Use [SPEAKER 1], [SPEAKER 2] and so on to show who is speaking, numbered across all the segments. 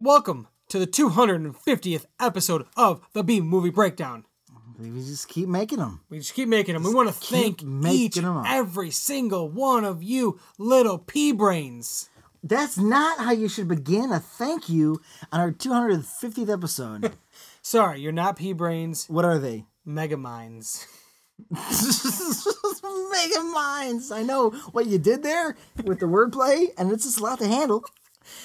[SPEAKER 1] Welcome to the 250th episode of the B Movie Breakdown.
[SPEAKER 2] We just keep making them.
[SPEAKER 1] We just keep making them. we want to
[SPEAKER 2] keep
[SPEAKER 1] thank
[SPEAKER 2] making
[SPEAKER 1] each
[SPEAKER 2] 'em up.
[SPEAKER 1] every single one of you little pea brains.
[SPEAKER 2] That's not how you should begin a thank you on our 250th episode.
[SPEAKER 1] Sorry, you're not pea brains,
[SPEAKER 2] what are they?
[SPEAKER 1] mega minds.
[SPEAKER 2] Mega minds. I know what you did there with the wordplay, and it's just a lot to handle.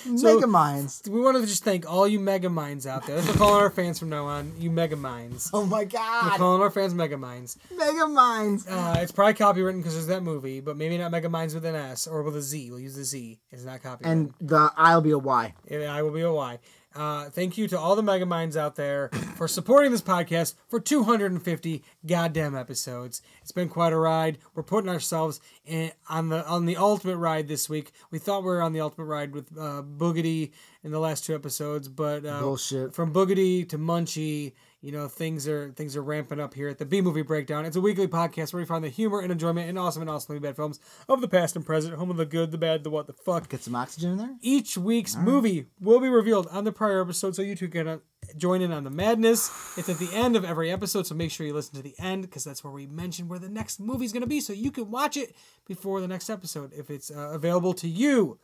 [SPEAKER 2] Mega minds.
[SPEAKER 1] We want to just thank all you mega minds out there. That's what we're calling our fans from now on, you mega minds.
[SPEAKER 2] Oh my
[SPEAKER 1] We're
[SPEAKER 2] god.
[SPEAKER 1] calling our fans mega minds.
[SPEAKER 2] Mega minds.
[SPEAKER 1] Uh, it's probably copywritten because there's that movie, but maybe not mega minds with an S or with a Z. We'll use the Z. It's not copywritten.
[SPEAKER 2] And the I'll be a Y.
[SPEAKER 1] and I will be a Y. Uh, thank you to all the mega minds out there for supporting this podcast for 250 goddamn episodes. It's been quite a ride. We're putting ourselves in, on the on the ultimate ride this week. We thought we were on the ultimate ride with uh, Boogity in the last two episodes, but uh,
[SPEAKER 2] Bullshit.
[SPEAKER 1] from Boogity to Munchie, you know things are things are ramping up here at the B Movie Breakdown. It's a weekly podcast where we find the humor and enjoyment in awesome and awesomely bad films of the past and present, home of the good, the bad, the what the fuck.
[SPEAKER 2] Get some oxygen in there.
[SPEAKER 1] Each week's movie will be revealed on the prior episode, so you two can uh, join in on the madness. It's at the end of every episode, so make sure you listen to the end because that's where we mention where the next movie's going to be, so you can watch it before the next episode if it's uh, available to you.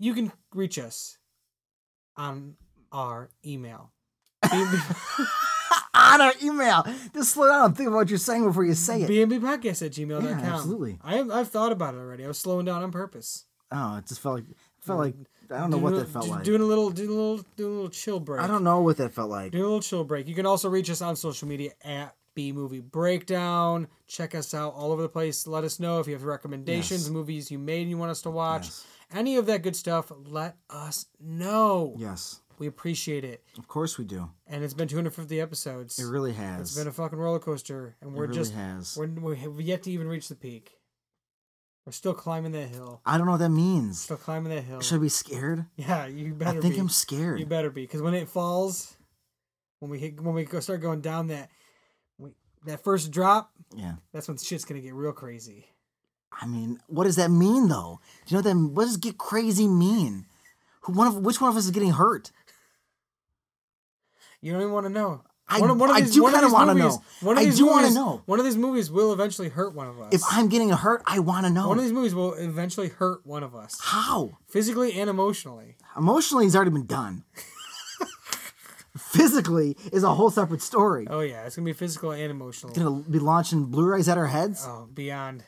[SPEAKER 1] You can reach us on our email.
[SPEAKER 2] On our email. Just slow down and think about what you're saying before you say it.
[SPEAKER 1] BNB podcast at gmail.com.
[SPEAKER 2] Yeah, absolutely.
[SPEAKER 1] I have, I've thought about it already. I was slowing down on purpose.
[SPEAKER 2] Oh, it just felt like felt like I don't know
[SPEAKER 1] Doing
[SPEAKER 2] what
[SPEAKER 1] a-
[SPEAKER 2] that felt
[SPEAKER 1] just
[SPEAKER 2] like.
[SPEAKER 1] Doing a little, doing a little, doing a little chill break.
[SPEAKER 2] I don't know what that felt like.
[SPEAKER 1] do a little chill break. You can also reach us on social media at B Movie Breakdown. Check us out all over the place. Let us know if you have recommendations,
[SPEAKER 2] Yes.
[SPEAKER 1] movies you made and you want us to watch,
[SPEAKER 2] Yes.
[SPEAKER 1] any of that good stuff. Let us know.
[SPEAKER 2] Yes.
[SPEAKER 1] We appreciate it.
[SPEAKER 2] Of course we do.
[SPEAKER 1] And it's been 250 episodes.
[SPEAKER 2] It really has.
[SPEAKER 1] it's been a fucking roller coaster, and we're
[SPEAKER 2] really
[SPEAKER 1] just
[SPEAKER 2] has.
[SPEAKER 1] we're, we have yet to even reach the peak. We're still climbing that hill.
[SPEAKER 2] I don't know what that means.
[SPEAKER 1] Still climbing that hill.
[SPEAKER 2] Should I be scared?
[SPEAKER 1] yeah, you better.
[SPEAKER 2] I think
[SPEAKER 1] be.
[SPEAKER 2] I'm scared.
[SPEAKER 1] You better be, because when it falls, when we hit, when we go start going down that, we, that first drop,
[SPEAKER 2] yeah.
[SPEAKER 1] that's when shit's gonna get real crazy.
[SPEAKER 2] I mean, what does that mean though? Do you know what that what does get crazy mean? Who one of which one of us is getting hurt?
[SPEAKER 1] You don't even want to know.
[SPEAKER 2] I-
[SPEAKER 1] One of- one of
[SPEAKER 2] I
[SPEAKER 1] these-
[SPEAKER 2] do
[SPEAKER 1] one of
[SPEAKER 2] kinda
[SPEAKER 1] these
[SPEAKER 2] wanna
[SPEAKER 1] movies-
[SPEAKER 2] know.
[SPEAKER 1] One of
[SPEAKER 2] I
[SPEAKER 1] these
[SPEAKER 2] do wanna
[SPEAKER 1] movies-
[SPEAKER 2] know.
[SPEAKER 1] One of these movies will eventually hurt one of us.
[SPEAKER 2] If I'm getting hurt, I want to know
[SPEAKER 1] one of these movies will eventually hurt one of us,
[SPEAKER 2] how.
[SPEAKER 1] physically and emotionally.
[SPEAKER 2] Emotionally, it's already been done. Physically is a whole separate story.
[SPEAKER 1] Oh yeah, it's gonna be physical and emotional.
[SPEAKER 2] Gonna be launching Blu-rays at our heads
[SPEAKER 1] Oh, beyond.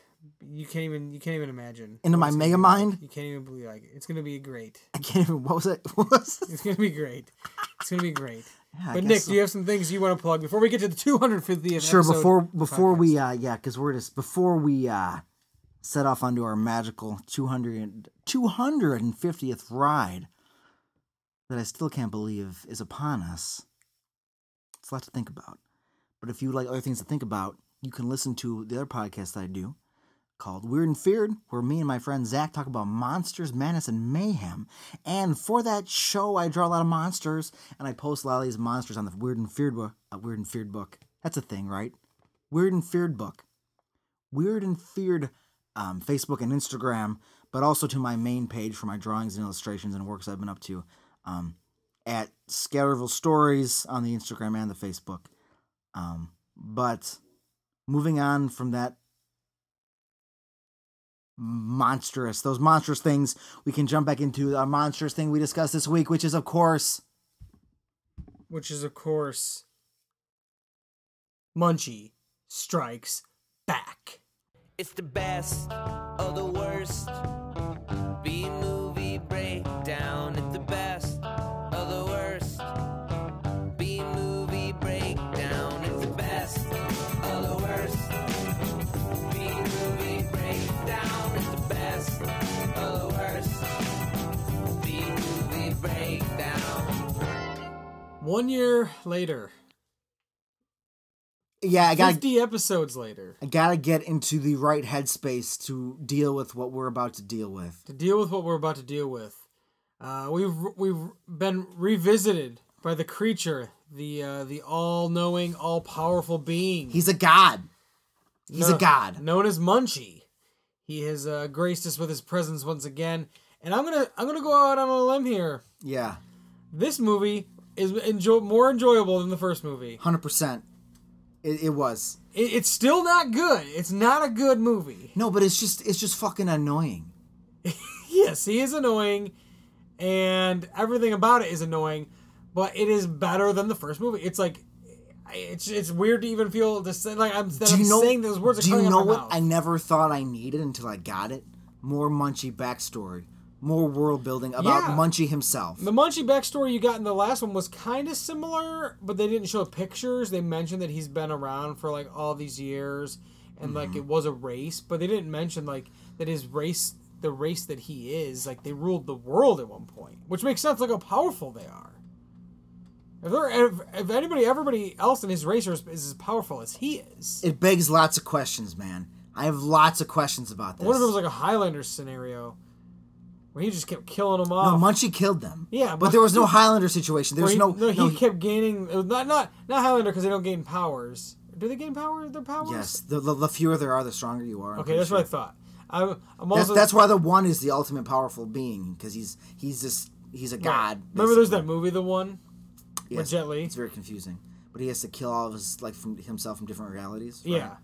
[SPEAKER 1] You can't even. You can't even imagine.
[SPEAKER 2] into my
[SPEAKER 1] It's
[SPEAKER 2] mega mind.
[SPEAKER 1] You can't even believe like it. it's gonna be great.
[SPEAKER 2] I can't even. What was it? What was it?
[SPEAKER 1] It's gonna be great. It's gonna be great.
[SPEAKER 2] Yeah, I
[SPEAKER 1] but
[SPEAKER 2] guess
[SPEAKER 1] Nick,
[SPEAKER 2] so.
[SPEAKER 1] do you have some things you want to plug before we get to the 250th?
[SPEAKER 2] sure
[SPEAKER 1] episode?
[SPEAKER 2] before before we uh yeah because we're just before we uh set off onto our magical 200 250th ride that i still can't believe is upon us it's a lot to think about but if you like other things to think about you can listen to the other podcast that i do called Weird and Feared, where me and my friend Zach talk about monsters, madness, and mayhem. And for that show, I draw a lot of monsters, and I post a lot of these monsters on the Weird and Feared book. Uh, Weird and Feared book. That's a thing, right? Weird and Feared book. Weird and Feared um, Facebook and Instagram, but also to my main page for my drawings and illustrations and works I've been up to um, at Scatterville Stories on the Instagram and the Facebook. Um, but moving on from that monstrous, those monstrous things, we can jump back into our monstrous thing we discussed this week, which is, of course,
[SPEAKER 1] which is of course, Munchie strikes back.
[SPEAKER 3] It's the best of the worst. B movie breakdown. It's the best of the worst. B movie breakdown. It's the best of the worst. B movie breakdown. It's the best of the worst. B movie breakdown.
[SPEAKER 1] One year later,
[SPEAKER 2] yeah, I gotta,
[SPEAKER 1] 50 episodes later,
[SPEAKER 2] I gotta get into the right headspace to deal with what we're about to deal with.
[SPEAKER 1] to deal with what we're about to deal with, uh, we've we've been revisited by the creature, the uh, the all-knowing, all-powerful being.
[SPEAKER 2] He's a god. He's
[SPEAKER 1] kno-
[SPEAKER 2] a god.
[SPEAKER 1] uh, Known as Munchie. He has uh, graced us with his presence once again And I'm gonna I'm gonna go out on a limb here.
[SPEAKER 2] Yeah,
[SPEAKER 1] This movie is enjoy- more enjoyable than the first movie.
[SPEAKER 2] hundred percent. It, it was
[SPEAKER 1] It, it's still not good. It's not a good movie.
[SPEAKER 2] no, but it's just it's just fucking annoying.
[SPEAKER 1] Yes, he is annoying, and everything about it is annoying, but it is better than the first movie. It's like. It's, it's weird to even feel to say, like I'm, that
[SPEAKER 2] Do
[SPEAKER 1] I'm
[SPEAKER 2] you know?
[SPEAKER 1] saying those words are
[SPEAKER 2] do
[SPEAKER 1] coming
[SPEAKER 2] you
[SPEAKER 1] out
[SPEAKER 2] know
[SPEAKER 1] of my
[SPEAKER 2] what
[SPEAKER 1] mouth.
[SPEAKER 2] I never thought I needed until I got it? More Munchie backstory, more world building about
[SPEAKER 1] Yeah.
[SPEAKER 2] Munchie himself.
[SPEAKER 1] The Munchie backstory you got in the last one was kind of similar, but they didn't show pictures. They mentioned that he's been around for like all these years, and like
[SPEAKER 2] Mm-hmm.
[SPEAKER 1] it was a race, but they didn't mention like that his race, the race that he is, like they ruled the world at one point, which makes sense. Like how powerful they are. If there, if, if anybody, everybody else in his race is, is as powerful as he is.
[SPEAKER 2] It begs lots of questions, man. I have lots of questions about this.
[SPEAKER 1] What if it was like a Highlanders scenario, where he just kept killing them
[SPEAKER 2] no,
[SPEAKER 1] off?
[SPEAKER 2] Munchie killed them.
[SPEAKER 1] oh. Yeah,
[SPEAKER 2] but,
[SPEAKER 1] but-
[SPEAKER 2] there was no Highlander situation. There
[SPEAKER 1] Well,
[SPEAKER 2] was
[SPEAKER 1] he,
[SPEAKER 2] no,
[SPEAKER 1] no, he
[SPEAKER 2] no-
[SPEAKER 1] kept gaining. It was not not not Highlander because they don't gain powers. Do they gain power? Their powers?
[SPEAKER 2] Yes, the, the, the fewer there are, the stronger you are. I'm
[SPEAKER 1] Okay,
[SPEAKER 2] pretty
[SPEAKER 1] that's
[SPEAKER 2] sure.
[SPEAKER 1] what I thought. I'm, I'm
[SPEAKER 2] That's,
[SPEAKER 1] also
[SPEAKER 2] that's why the one is the ultimate powerful being because he's he's just he's a god.
[SPEAKER 1] Remember, there's
[SPEAKER 2] basically.
[SPEAKER 1] that movie, the one
[SPEAKER 2] Yes,
[SPEAKER 1] with Jet Li.
[SPEAKER 2] It's very confusing, but he has to kill all of his like from himself from different realities. right?
[SPEAKER 1] Yeah,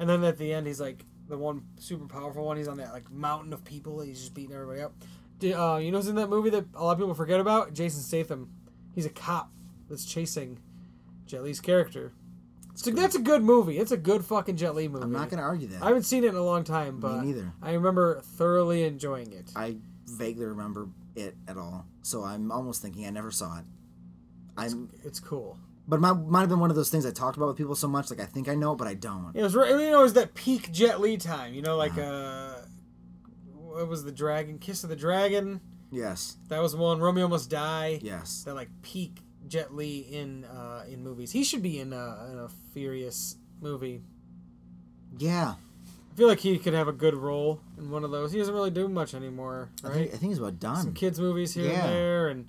[SPEAKER 1] and then at the end, he's like the one super powerful one. He's on that like mountain of people. And he's just beating everybody up. Do, uh, you know who's in that movie that a lot of people forget about? Jason Statham. He's a cop that's chasing Jet Li's character. So that's a good movie. It's a good fucking Jet Li movie.
[SPEAKER 2] I'm not gonna argue that.
[SPEAKER 1] I haven't seen it in a long time, but
[SPEAKER 2] neither.
[SPEAKER 1] I remember thoroughly enjoying it.
[SPEAKER 2] I vaguely remember it at all, so I'm almost thinking I never saw it. I'm,
[SPEAKER 1] It's cool.
[SPEAKER 2] but it might, might have been one of those things I talked about with people so much, like I think I know, but I don't.
[SPEAKER 1] It was re- you know it was that peak Jet Li time. You know, like
[SPEAKER 2] Uh-huh.
[SPEAKER 1] uh, what was the dragon? Kiss of the Dragon.
[SPEAKER 2] Yes,
[SPEAKER 1] That was one. Romeo Must Die.
[SPEAKER 2] yes.
[SPEAKER 1] That like peak Jet Li in uh, in movies. He should be in a, in a Furious movie.
[SPEAKER 2] Yeah,
[SPEAKER 1] I feel like he could have a good role in one of those. He doesn't really do much anymore,
[SPEAKER 2] I
[SPEAKER 1] right?
[SPEAKER 2] think, I think it's about
[SPEAKER 1] Some
[SPEAKER 2] done.
[SPEAKER 1] kids movies here
[SPEAKER 2] Yeah.
[SPEAKER 1] and there, and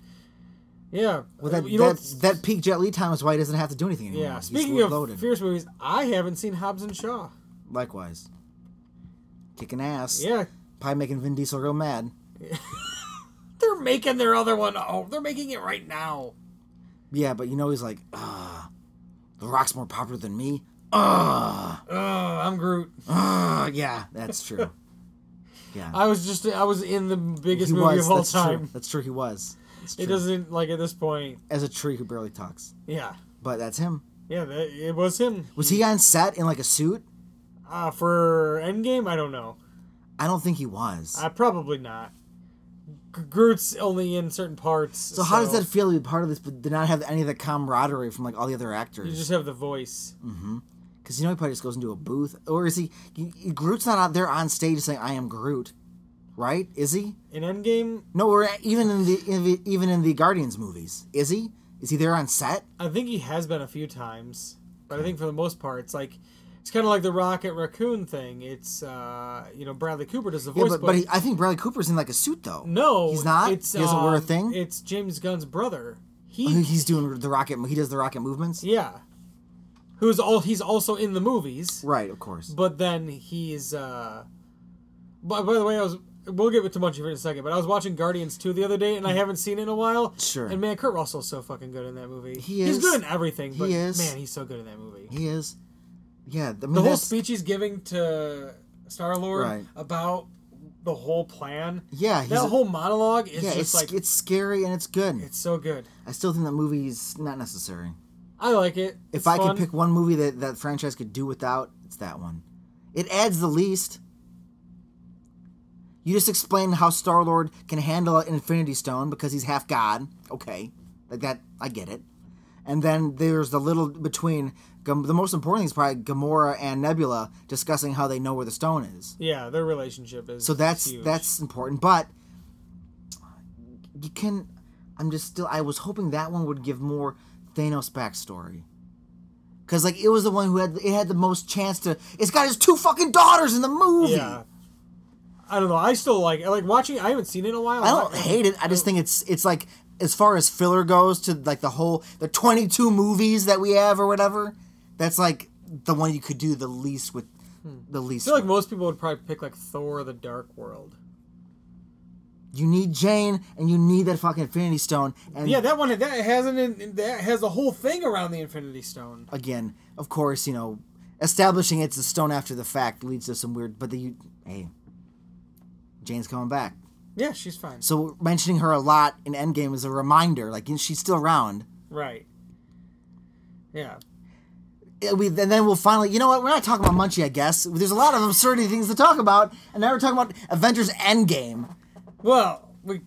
[SPEAKER 1] yeah.
[SPEAKER 2] Well,
[SPEAKER 1] Uh,
[SPEAKER 2] that,
[SPEAKER 1] you know
[SPEAKER 2] that,
[SPEAKER 1] what's-
[SPEAKER 2] that peak Jet Li time is why he doesn't have to do anything anymore.
[SPEAKER 1] Yeah.
[SPEAKER 2] He's
[SPEAKER 1] Speaking of
[SPEAKER 2] loaded.
[SPEAKER 1] fierce movies, I haven't seen Hobbs and Shaw.
[SPEAKER 2] Likewise. Kicking ass.
[SPEAKER 1] Yeah,
[SPEAKER 2] Probably making Vin Diesel real mad.
[SPEAKER 1] they're making their other one. Oh, they're making it right now.
[SPEAKER 2] Yeah, but you know he's like, ah, The Rock's more popular than me. Ah,
[SPEAKER 1] Oh, I'm Groot.
[SPEAKER 2] ah, yeah, that's true. Yeah,
[SPEAKER 1] I was just I was in the biggest
[SPEAKER 2] he
[SPEAKER 1] movie
[SPEAKER 2] was.
[SPEAKER 1] of all
[SPEAKER 2] that's
[SPEAKER 1] time.
[SPEAKER 2] true. That's true. He was. That's
[SPEAKER 1] It
[SPEAKER 2] true.
[SPEAKER 1] doesn't like at this point.
[SPEAKER 2] As a tree who barely talks,
[SPEAKER 1] Yeah,
[SPEAKER 2] but that's him.
[SPEAKER 1] yeah, that, it was him.
[SPEAKER 2] Was he on set in like a suit?
[SPEAKER 1] Uh, for Endgame, I don't know.
[SPEAKER 2] I don't think he was.
[SPEAKER 1] Uh, probably not. G- Groot's only in certain parts.
[SPEAKER 2] so how does that feel to be part of this, but to not have any of the camaraderie from like all the other
[SPEAKER 1] You
[SPEAKER 2] actors?
[SPEAKER 1] just have the voice. Mm-hmm.
[SPEAKER 2] Because you know he probably just goes into a booth, or is he? y- y- Groot's not out there on stage saying "I am Groot," right? Is he?
[SPEAKER 1] In Endgame,
[SPEAKER 2] No, or even in the, in the even in the Guardians movies, is he? Is he there on set?
[SPEAKER 1] I think he has been a few times, but I think for the most part, it's like it's kind of like the Rocket Raccoon thing. It's uh, you know Bradley Cooper does the
[SPEAKER 2] Yeah,
[SPEAKER 1] voice,
[SPEAKER 2] but,
[SPEAKER 1] but,
[SPEAKER 2] but he, I think Bradley Cooper's in like a suit though.
[SPEAKER 1] no,
[SPEAKER 2] he's not.
[SPEAKER 1] It's,
[SPEAKER 2] he doesn't wear a
[SPEAKER 1] um,
[SPEAKER 2] thing. Oh,
[SPEAKER 1] It's James Gunn's brother. He,
[SPEAKER 2] he's doing the rocket. He does the rocket movements.
[SPEAKER 1] yeah, who's all he's also in the movies,
[SPEAKER 2] Right, of course.
[SPEAKER 1] but then he's. Uh, by, by the way, I was. We'll get to Munchie here in a second, but I was watching Guardians 2 the other day, and I haven't seen it in a while.
[SPEAKER 2] Mm. Sure.
[SPEAKER 1] And man, Kurt Russell's so fucking good in that movie.
[SPEAKER 2] He
[SPEAKER 1] He's
[SPEAKER 2] is.
[SPEAKER 1] good in everything, but
[SPEAKER 2] is.
[SPEAKER 1] man, he's so good in that movie.
[SPEAKER 2] He is. Yeah, I mean,
[SPEAKER 1] the whole
[SPEAKER 2] that's-
[SPEAKER 1] speech he's giving to Star Lord
[SPEAKER 2] Right.
[SPEAKER 1] about the whole plan.
[SPEAKER 2] Yeah, he's
[SPEAKER 1] that
[SPEAKER 2] a-
[SPEAKER 1] whole monologue is
[SPEAKER 2] Yeah,
[SPEAKER 1] just
[SPEAKER 2] it's
[SPEAKER 1] like it's,
[SPEAKER 2] it's scary and it's good.
[SPEAKER 1] so good.
[SPEAKER 2] I still think that movie's not necessary.
[SPEAKER 1] I like it.
[SPEAKER 2] If I could pick one movie that that franchise could do without, it's that one. It adds the least. You just explained how Star Lord can handle an Infinity Stone because he's half God. Okay, like that, I get it. And then there's the little between. Gam- The most important thing is probably Gamora and Nebula discussing how they know where the stone is.
[SPEAKER 1] yeah, their relationship is
[SPEAKER 2] So that's
[SPEAKER 1] huge.
[SPEAKER 2] that's important, but you can. I'm just still. I was hoping that one would give more Thanos backstory, because like it was the one who had it had the most chance to. It's got his two fucking daughters in the movie.
[SPEAKER 1] yeah. I don't know. I still like I like watching. I haven't seen it in a while.
[SPEAKER 2] I don't hate it. I just think it's it's like as far as filler goes to like the whole the 22 movies that we have or whatever. That's like the one you could do the least with the
[SPEAKER 1] I
[SPEAKER 2] least.
[SPEAKER 1] feel Hmm. like
[SPEAKER 2] with.
[SPEAKER 1] most people would probably pick like Thor: The Dark World.
[SPEAKER 2] You need Jane, and you need that fucking Infinity Stone. And
[SPEAKER 1] Yeah, that one that has an that has a whole thing around the Infinity Stone.
[SPEAKER 2] again, of course, you know, establishing it's a stone after the fact leads to some weird. But the you, hey, Jane's coming back,
[SPEAKER 1] Yeah, she's fine.
[SPEAKER 2] so mentioning her a lot in Endgame is a reminder. Like she's still around.
[SPEAKER 1] Right. Yeah.
[SPEAKER 2] Yeah, we, and then we'll finally, you know what? We're not talking about Munchie, I guess. There's a lot of absurdity things to talk about, and now we're talking about Avengers Endgame.
[SPEAKER 1] Well, we.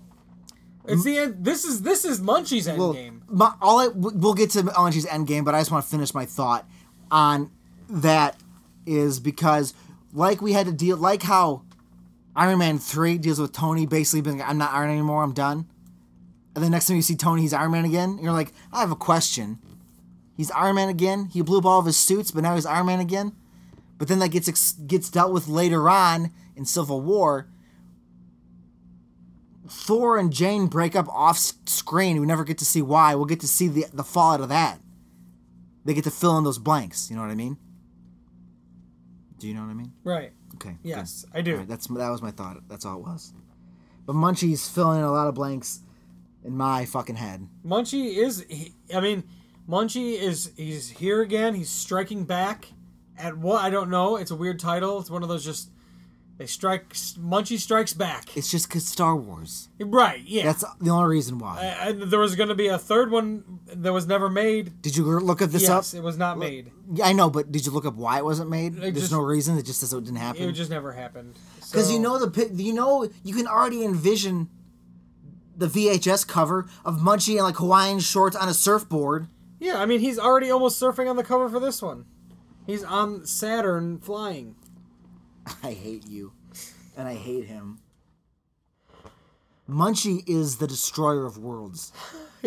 [SPEAKER 1] It's the end. This is this is Munchie's end
[SPEAKER 2] Mm. Well,
[SPEAKER 1] game.
[SPEAKER 2] my, all I, we'll get to Munchie's Endgame, but I just want to finish my thought on that is because, like we had to deal, like how Iron Man three deals with Tony basically being, "I'm not Iron anymore, I'm done," and the next time you see Tony, he's Iron Man again. And you're like, I have a question. He's Iron Man again. He blew up all of his suits, but now he's Iron Man again. But then that gets ex- gets dealt with later on in Civil War. Thor and Jane break up off s- screen. We never get to see why. We'll get to see the the fallout of that. They get to fill in those blanks. You know what I mean? Do you know what I mean?
[SPEAKER 1] Right.
[SPEAKER 2] Okay. good.
[SPEAKER 1] Yes, I do.
[SPEAKER 2] All right, that's that was my thought. That's all it was. But Munchie's filling in a lot of blanks in my fucking head.
[SPEAKER 1] Munchie is. He, I mean, Munchie is. He's here again. He's striking back at what I don't know. It's a weird title. It's one of those just. They strike. Munchie strikes back.
[SPEAKER 2] It's just cause Star Wars.
[SPEAKER 1] Right. Yeah.
[SPEAKER 2] That's the only reason why.
[SPEAKER 1] and there was going to be a third one that was never made.
[SPEAKER 2] Did you look up this
[SPEAKER 1] Yes,
[SPEAKER 2] up?
[SPEAKER 1] it was not made.
[SPEAKER 2] Yeah, I know, but did you look up why it wasn't made? There's
[SPEAKER 1] just-
[SPEAKER 2] no reason. It just says it didn't
[SPEAKER 1] It
[SPEAKER 2] happen.
[SPEAKER 1] just never happened.
[SPEAKER 2] Because
[SPEAKER 1] So-
[SPEAKER 2] mm. you know the pi- you know you can already envision the VHS cover of Munchie in like Hawaiian shorts on a surfboard.
[SPEAKER 1] Yeah, I mean he's already almost surfing on the cover for this one. He's on Saturn flying.
[SPEAKER 2] I hate you, and I hate him. Munchie is the destroyer of worlds.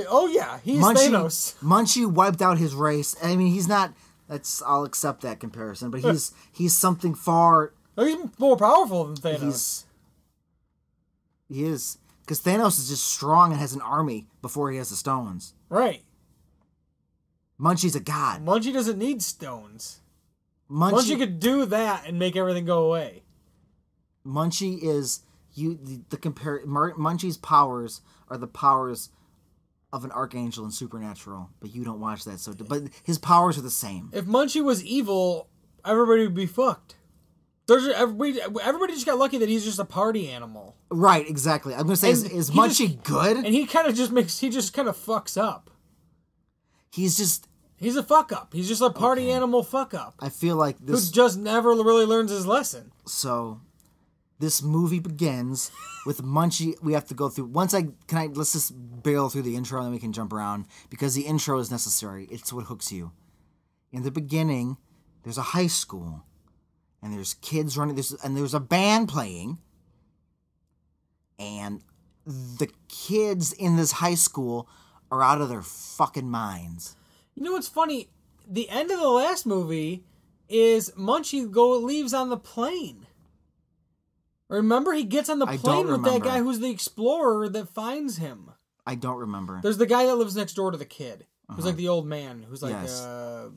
[SPEAKER 1] Oh yeah, he's
[SPEAKER 2] Munchie,
[SPEAKER 1] Thanos.
[SPEAKER 2] Munchie wiped out his race. I mean, he's not. That's I'll accept that comparison, but he's he's something far.
[SPEAKER 1] Oh, He's more powerful than Thanos.
[SPEAKER 2] He's he is because Thanos is just strong and has an army before he has the stones.
[SPEAKER 1] Right.
[SPEAKER 2] Munchie's a god.
[SPEAKER 1] Munchie doesn't need stones.
[SPEAKER 2] Munchie,
[SPEAKER 1] Munchie could do that and make everything go away.
[SPEAKER 2] Munchie is you. The, the compare Mur- Munchie's powers are the powers of an archangel and supernatural, but you don't watch that. So, but his powers are the same.
[SPEAKER 1] If Munchie was evil, everybody would be fucked. There's everybody. Everybody just got lucky that he's just a party animal,
[SPEAKER 2] Right? Exactly. I'm gonna say is,
[SPEAKER 1] And
[SPEAKER 2] is
[SPEAKER 1] he just-
[SPEAKER 2] Munchie good?
[SPEAKER 1] and he kind of just makes. He just kind of fucks up.
[SPEAKER 2] he's just.
[SPEAKER 1] He's a fuck up. He's just a party animal fuck up
[SPEAKER 2] I feel like
[SPEAKER 1] who
[SPEAKER 2] this.
[SPEAKER 1] just never really learns his lesson.
[SPEAKER 2] So this movie begins with Munchie. We have to go through. Once I can, I let's just barrel through the intro, and then we can jump around because the intro is necessary. It's what hooks you. In the beginning, there's a high school, and there's kids running. There's and there's a band playing, and the kids in this high school are out of their fucking minds.
[SPEAKER 1] You know what's funny? The end of the last movie is Munchie go leaves on the plane. Remember, he gets on the
[SPEAKER 2] I don't
[SPEAKER 1] plane with that
[SPEAKER 2] remember.
[SPEAKER 1] guy who's the explorer that finds him.
[SPEAKER 2] I don't remember.
[SPEAKER 1] There's the guy that lives next door to the kid, who's like the old man, who's like
[SPEAKER 2] Uh-huh. Yes.
[SPEAKER 1] uh,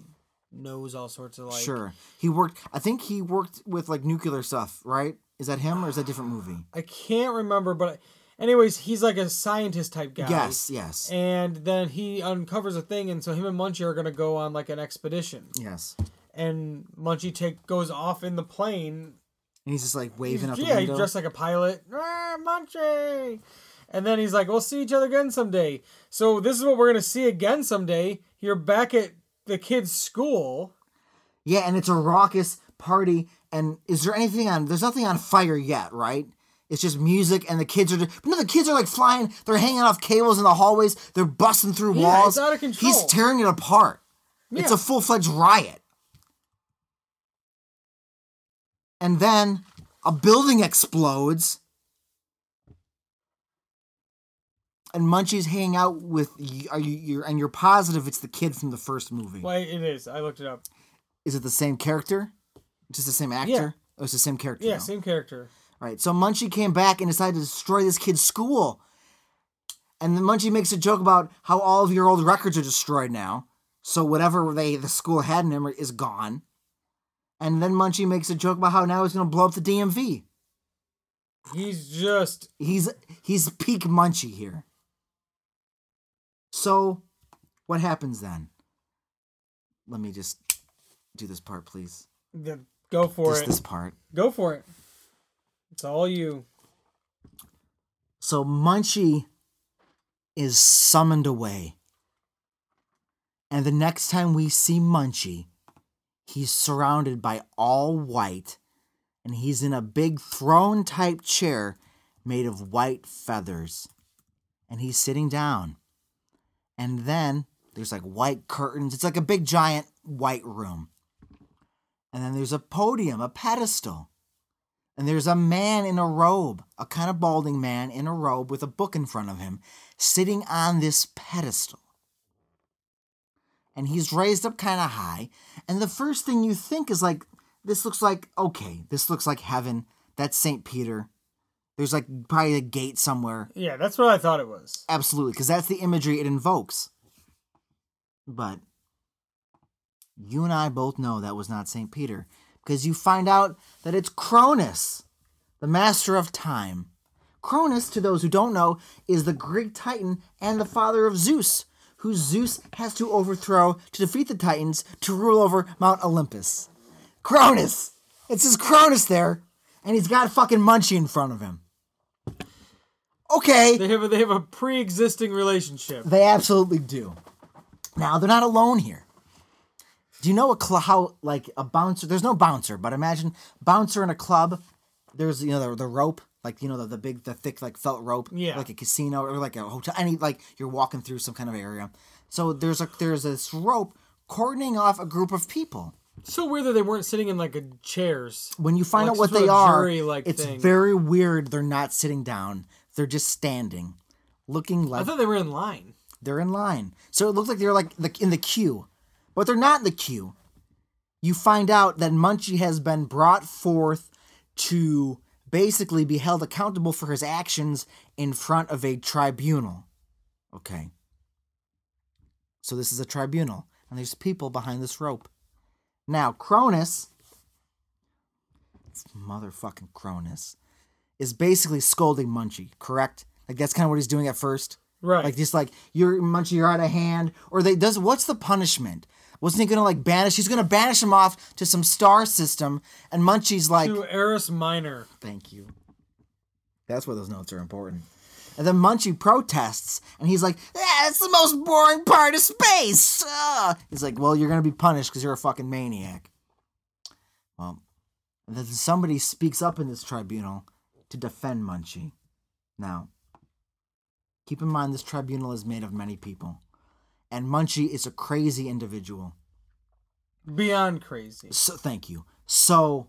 [SPEAKER 1] knows all sorts of like.
[SPEAKER 2] sure, he worked. I think he worked with like nuclear stuff, right? Is that him or is that a different movie?
[SPEAKER 1] I can't remember, but anyways, he's like a scientist type guy.
[SPEAKER 2] Yes, yes,
[SPEAKER 1] And then he uncovers a thing, and so him and Munchie are gonna go on like an expedition,
[SPEAKER 2] yes.
[SPEAKER 1] and Munchie take goes off in the plane
[SPEAKER 2] And he's just like waving out the
[SPEAKER 1] yeah,
[SPEAKER 2] window.
[SPEAKER 1] he's dressed like a pilot. Ah, Munchie! And then he's like, we'll see each other again someday. So this is what we're going to see again someday. You're back at the kid's school.
[SPEAKER 2] yeah, and it's a raucous party. And is there anything on? There's nothing on fire yet, right? It's just music, and the kids are. Just, but no, the kids are like flying. They're hanging off cables in the hallways. They're busting through
[SPEAKER 1] Yeah,
[SPEAKER 2] walls.
[SPEAKER 1] it's out of control.
[SPEAKER 2] He's tearing it apart. It's
[SPEAKER 1] Yeah.
[SPEAKER 2] a full fledged riot. And then a building explodes. And Munchie's hanging out with y- are you you're, and you're positive it's the kid from the first movie.
[SPEAKER 1] Why it is. I looked it up.
[SPEAKER 2] Is it the same character? Just the same actor?
[SPEAKER 1] Yeah.
[SPEAKER 2] Oh, it's the same character.
[SPEAKER 1] Yeah,
[SPEAKER 2] now.
[SPEAKER 1] same character.
[SPEAKER 2] All right. So Munchie came back and decided to destroy this kid's school. And then Munchie makes a joke about how all of your old records are destroyed now. So whatever they the school had in him is gone. And then Munchie makes a joke about how now he's going to blow up the DMV.
[SPEAKER 1] He's just
[SPEAKER 2] He's he's peak Munchie here. So, what happens then? Let me just do this part, please.
[SPEAKER 1] the go for
[SPEAKER 2] Just
[SPEAKER 1] it.
[SPEAKER 2] this part.
[SPEAKER 1] Go for it. It's all you.
[SPEAKER 2] So Munchie is summoned away. And the next time we see Munchie, he's surrounded by all white and he's in a big throne type chair made of white feathers. And he's sitting down. And then there's like white curtains. It's like a big giant white room. And then there's a podium, a pedestal. And there's a man in a robe, a kind of balding man in a robe with a book in front of him, sitting on this pedestal. And he's raised up kind of high. And the first thing you think is like, this looks like, okay, this looks like heaven. That's St. Peter. There's like probably a gate somewhere.
[SPEAKER 1] Yeah, that's what I thought it was.
[SPEAKER 2] Absolutely, because that's the imagery it invokes. But you and I both know that was not St. Peter, because you find out that it's Cronus, the master of time. Cronus, to those who don't know, is the Greek Titan and the father of Zeus, who Zeus has to overthrow to defeat the Titans to rule over Mount Olympus. Cronus! It says Cronus there, and he's got fucking Munchie in front of him. Okay.
[SPEAKER 1] They have a, they have a pre-existing relationship.
[SPEAKER 2] They absolutely do. Now they're not alone here. Do you know what cl- how like a bouncer? There's no bouncer, but imagine bouncer in a club. There's you know the, the rope, like you know the, the big the thick like felt rope,
[SPEAKER 1] Yeah.
[SPEAKER 2] like a casino or like a hotel. Any like you're walking through some kind of area. So there's a there's this rope cordoning off a group of people.
[SPEAKER 1] So weird that they weren't sitting in like a chairs.
[SPEAKER 2] When you find
[SPEAKER 1] Like
[SPEAKER 2] out what
[SPEAKER 1] sort of
[SPEAKER 2] they are,
[SPEAKER 1] jury-like
[SPEAKER 2] it's
[SPEAKER 1] thing.
[SPEAKER 2] very weird. They're not sitting down. They're just standing, looking like
[SPEAKER 1] I thought they were in line.
[SPEAKER 2] They're in line. So it looks like they're like the, in the queue, but they're not in the queue. You find out that Munchie has been brought forth to basically be held accountable for his actions in front of a tribunal. Okay. So this is a tribunal, and there's people behind this rope. Now, Cronus, motherfucking Cronus, is basically scolding Munchie, correct? Like that's kind of what he's doing at first.
[SPEAKER 1] Right.
[SPEAKER 2] Like just like you're Munchie, you're out of hand. Or they does what's the punishment? Wasn't he gonna like banish? He's gonna banish him off to some star system, and Munchie's like,
[SPEAKER 1] to Eris Minor.
[SPEAKER 2] Thank you. That's why those notes are important. And then Munchie protests, and he's like, ah, "That's the most boring part of space." Ah. He's like, "Well, you're gonna be punished because you're a fucking maniac." Well, and then somebody speaks up in this tribunal to defend Munchie. Now, keep in mind this tribunal is made of many people, and Munchie is a crazy individual.
[SPEAKER 1] Beyond crazy.
[SPEAKER 2] So thank you. So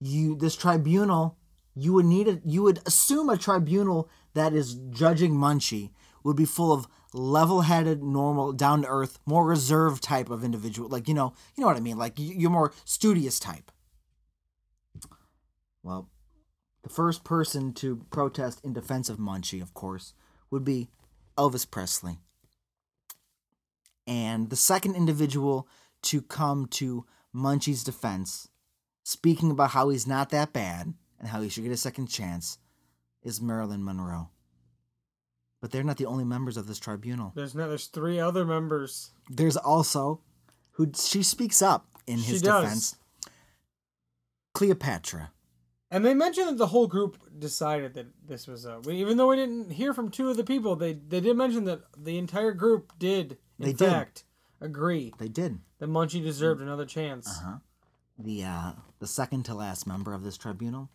[SPEAKER 2] you this tribunal, you would need a you would assume a tribunal that is judging Munchie would be full of level-headed, normal, down-to-earth, more reserved type of individual. Like you know, you know what I mean. Like you- you're more studious type. Well, the first person to protest in defense of Munchie, of course, would be Elvis Presley. And the second individual to come to Munchie's defense, speaking about how he's not that bad and how he should get a second chance, is Marilyn Monroe. But they're not the only members of this tribunal.
[SPEAKER 1] There's no, there's three other members.
[SPEAKER 2] There's also who she speaks up in
[SPEAKER 1] She
[SPEAKER 2] his
[SPEAKER 1] does.
[SPEAKER 2] defense. Cleopatra.
[SPEAKER 1] And they mentioned that the whole group decided that this was a. we- Even though we didn't hear from two of the people, they they did mention that the entire group did, in
[SPEAKER 2] They did.
[SPEAKER 1] fact, agree
[SPEAKER 2] They did.
[SPEAKER 1] that Munchie deserved another chance.
[SPEAKER 2] Uh-huh. the uh, the second to last member of this tribunal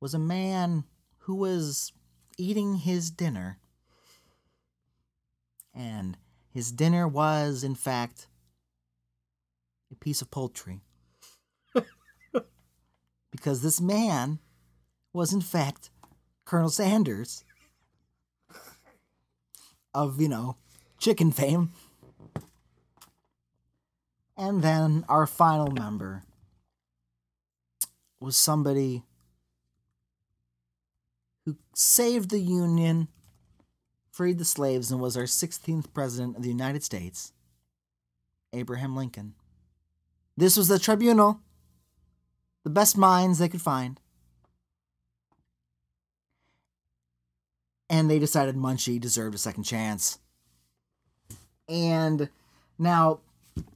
[SPEAKER 2] was a man who was eating his dinner and his dinner was in fact a piece of poultry because this man was in fact colonel sanders of you know chicken fame and then our final member was somebody who saved the Union, freed the slaves, and was our 16th president of the United States, Abraham Lincoln. This was the tribunal, the best minds they could find. and they decided Munchie deserved a second chance. And now,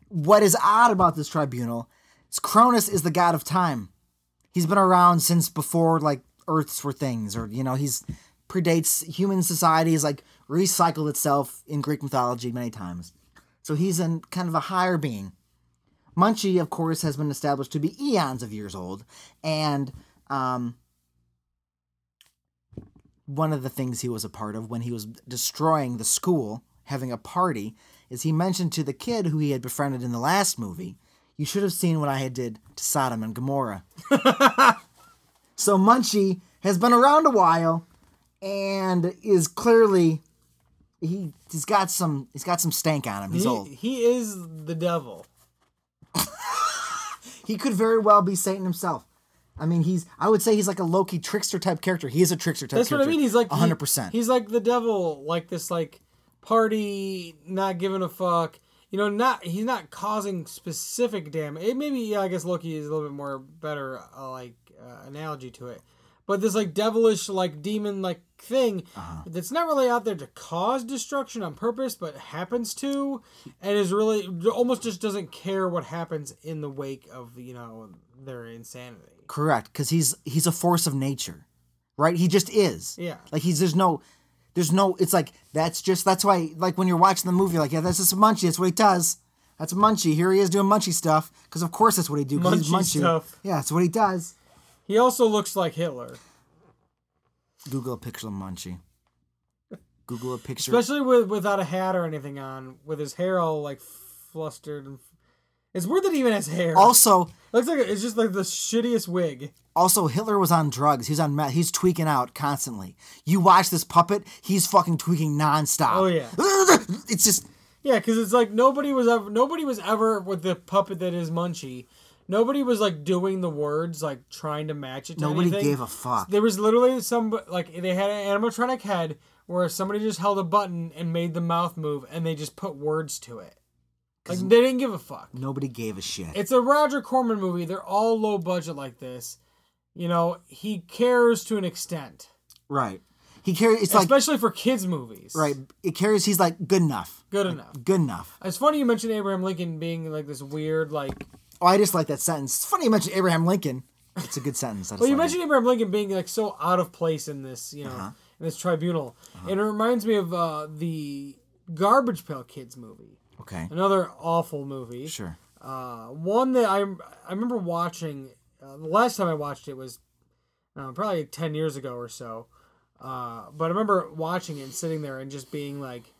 [SPEAKER 2] what is odd about this tribunal is Cronus is the god of time. He's been around since before like Earths were things, or you know, he's predates human society. Is like recycled itself in Greek mythology many times. So he's in kind of a higher being. Munchie, of course, has been established to be eons of years old, and um, one of the things he was a part of when he was destroying the school, having a party, is he mentioned to the kid who he had befriended in the last movie, "You should have seen what I had did to Sodom and Gomorrah." so Munchie has been around a while, and is clearly he he's got some he's got some stank on him. He's
[SPEAKER 1] He,
[SPEAKER 2] old.
[SPEAKER 1] he is the devil.
[SPEAKER 2] He could very well be Satan himself. I mean, he's I would say he's like a Loki trickster type character. He is a trickster type.
[SPEAKER 1] That's what I
[SPEAKER 2] character,
[SPEAKER 1] mean. He's like he-
[SPEAKER 2] one hundred percent.
[SPEAKER 1] He's like the devil, like this like party, not giving a fuck. You know, not he's not causing specific damage. It maybe yeah, I guess Loki is a little bit more better uh, like uh, analogy to it. But this like devilish like demon like thing
[SPEAKER 2] Uh-huh.
[SPEAKER 1] that's not really out there to cause destruction on purpose, but happens to, and is really almost just doesn't care what happens in the wake of you know their insanity.
[SPEAKER 2] Correct, because he's he's a force of nature, right? He just is.
[SPEAKER 1] Yeah.
[SPEAKER 2] Like he's there's no, there's no. It's like that's just that's why like when you're watching the movie, you're like yeah, that's just Munchie. That's what he does. That's Munchie. Here he is doing Munchie stuff. Because of course that's what he do. 'cause he's
[SPEAKER 1] Munchie
[SPEAKER 2] Munchie
[SPEAKER 1] stuff.
[SPEAKER 2] Yeah, that's what he does.
[SPEAKER 1] He also looks like Hitler.
[SPEAKER 2] Google a picture of Munchie. Google a picture.
[SPEAKER 1] especially with without a hat or anything on, with his hair all like flustered. And f- it's weird that he even has hair.
[SPEAKER 2] also,
[SPEAKER 1] looks like it's just like the shittiest wig.
[SPEAKER 2] Also, Hitler was on drugs. He's on meth. He's tweaking out constantly. You watch this puppet; he's fucking tweaking nonstop.
[SPEAKER 1] Oh, yeah.
[SPEAKER 2] it's just
[SPEAKER 1] Yeah, because it's like nobody was ever nobody was ever with the puppet that is Munchie. Nobody was like doing the words, like trying to match it. To
[SPEAKER 2] nobody
[SPEAKER 1] anything.
[SPEAKER 2] gave a fuck.
[SPEAKER 1] There was literally some like they had an animatronic head where somebody just held a button and made the mouth move, and they just put words to it. Like they didn't give a fuck.
[SPEAKER 2] nobody gave a shit.
[SPEAKER 1] It's a Roger Corman movie. They're all low budget like this. You know, he cares to an extent,
[SPEAKER 2] right? He carries. It's like
[SPEAKER 1] especially for kids movies.
[SPEAKER 2] right. It carries. He's like good enough.
[SPEAKER 1] Good enough.
[SPEAKER 2] Good enough.
[SPEAKER 1] It's funny you mentioned Abraham Lincoln being like this weird like
[SPEAKER 2] Oh, I just like that sentence. It's funny you mentioned Abraham Lincoln. It's a good sentence. I just
[SPEAKER 1] Well, you
[SPEAKER 2] like it.
[SPEAKER 1] mentioned Abraham Lincoln being like so out of place in this, you know,
[SPEAKER 2] Uh-huh.
[SPEAKER 1] in this tribunal. And it reminds me of uh, the Garbage Pail Kids movie.
[SPEAKER 2] Okay.
[SPEAKER 1] Another awful movie.
[SPEAKER 2] Sure.
[SPEAKER 1] Uh, one that I I remember watching uh, the last time I watched it was uh, probably ten years ago or so. Uh, but I remember watching it and sitting there and just being like,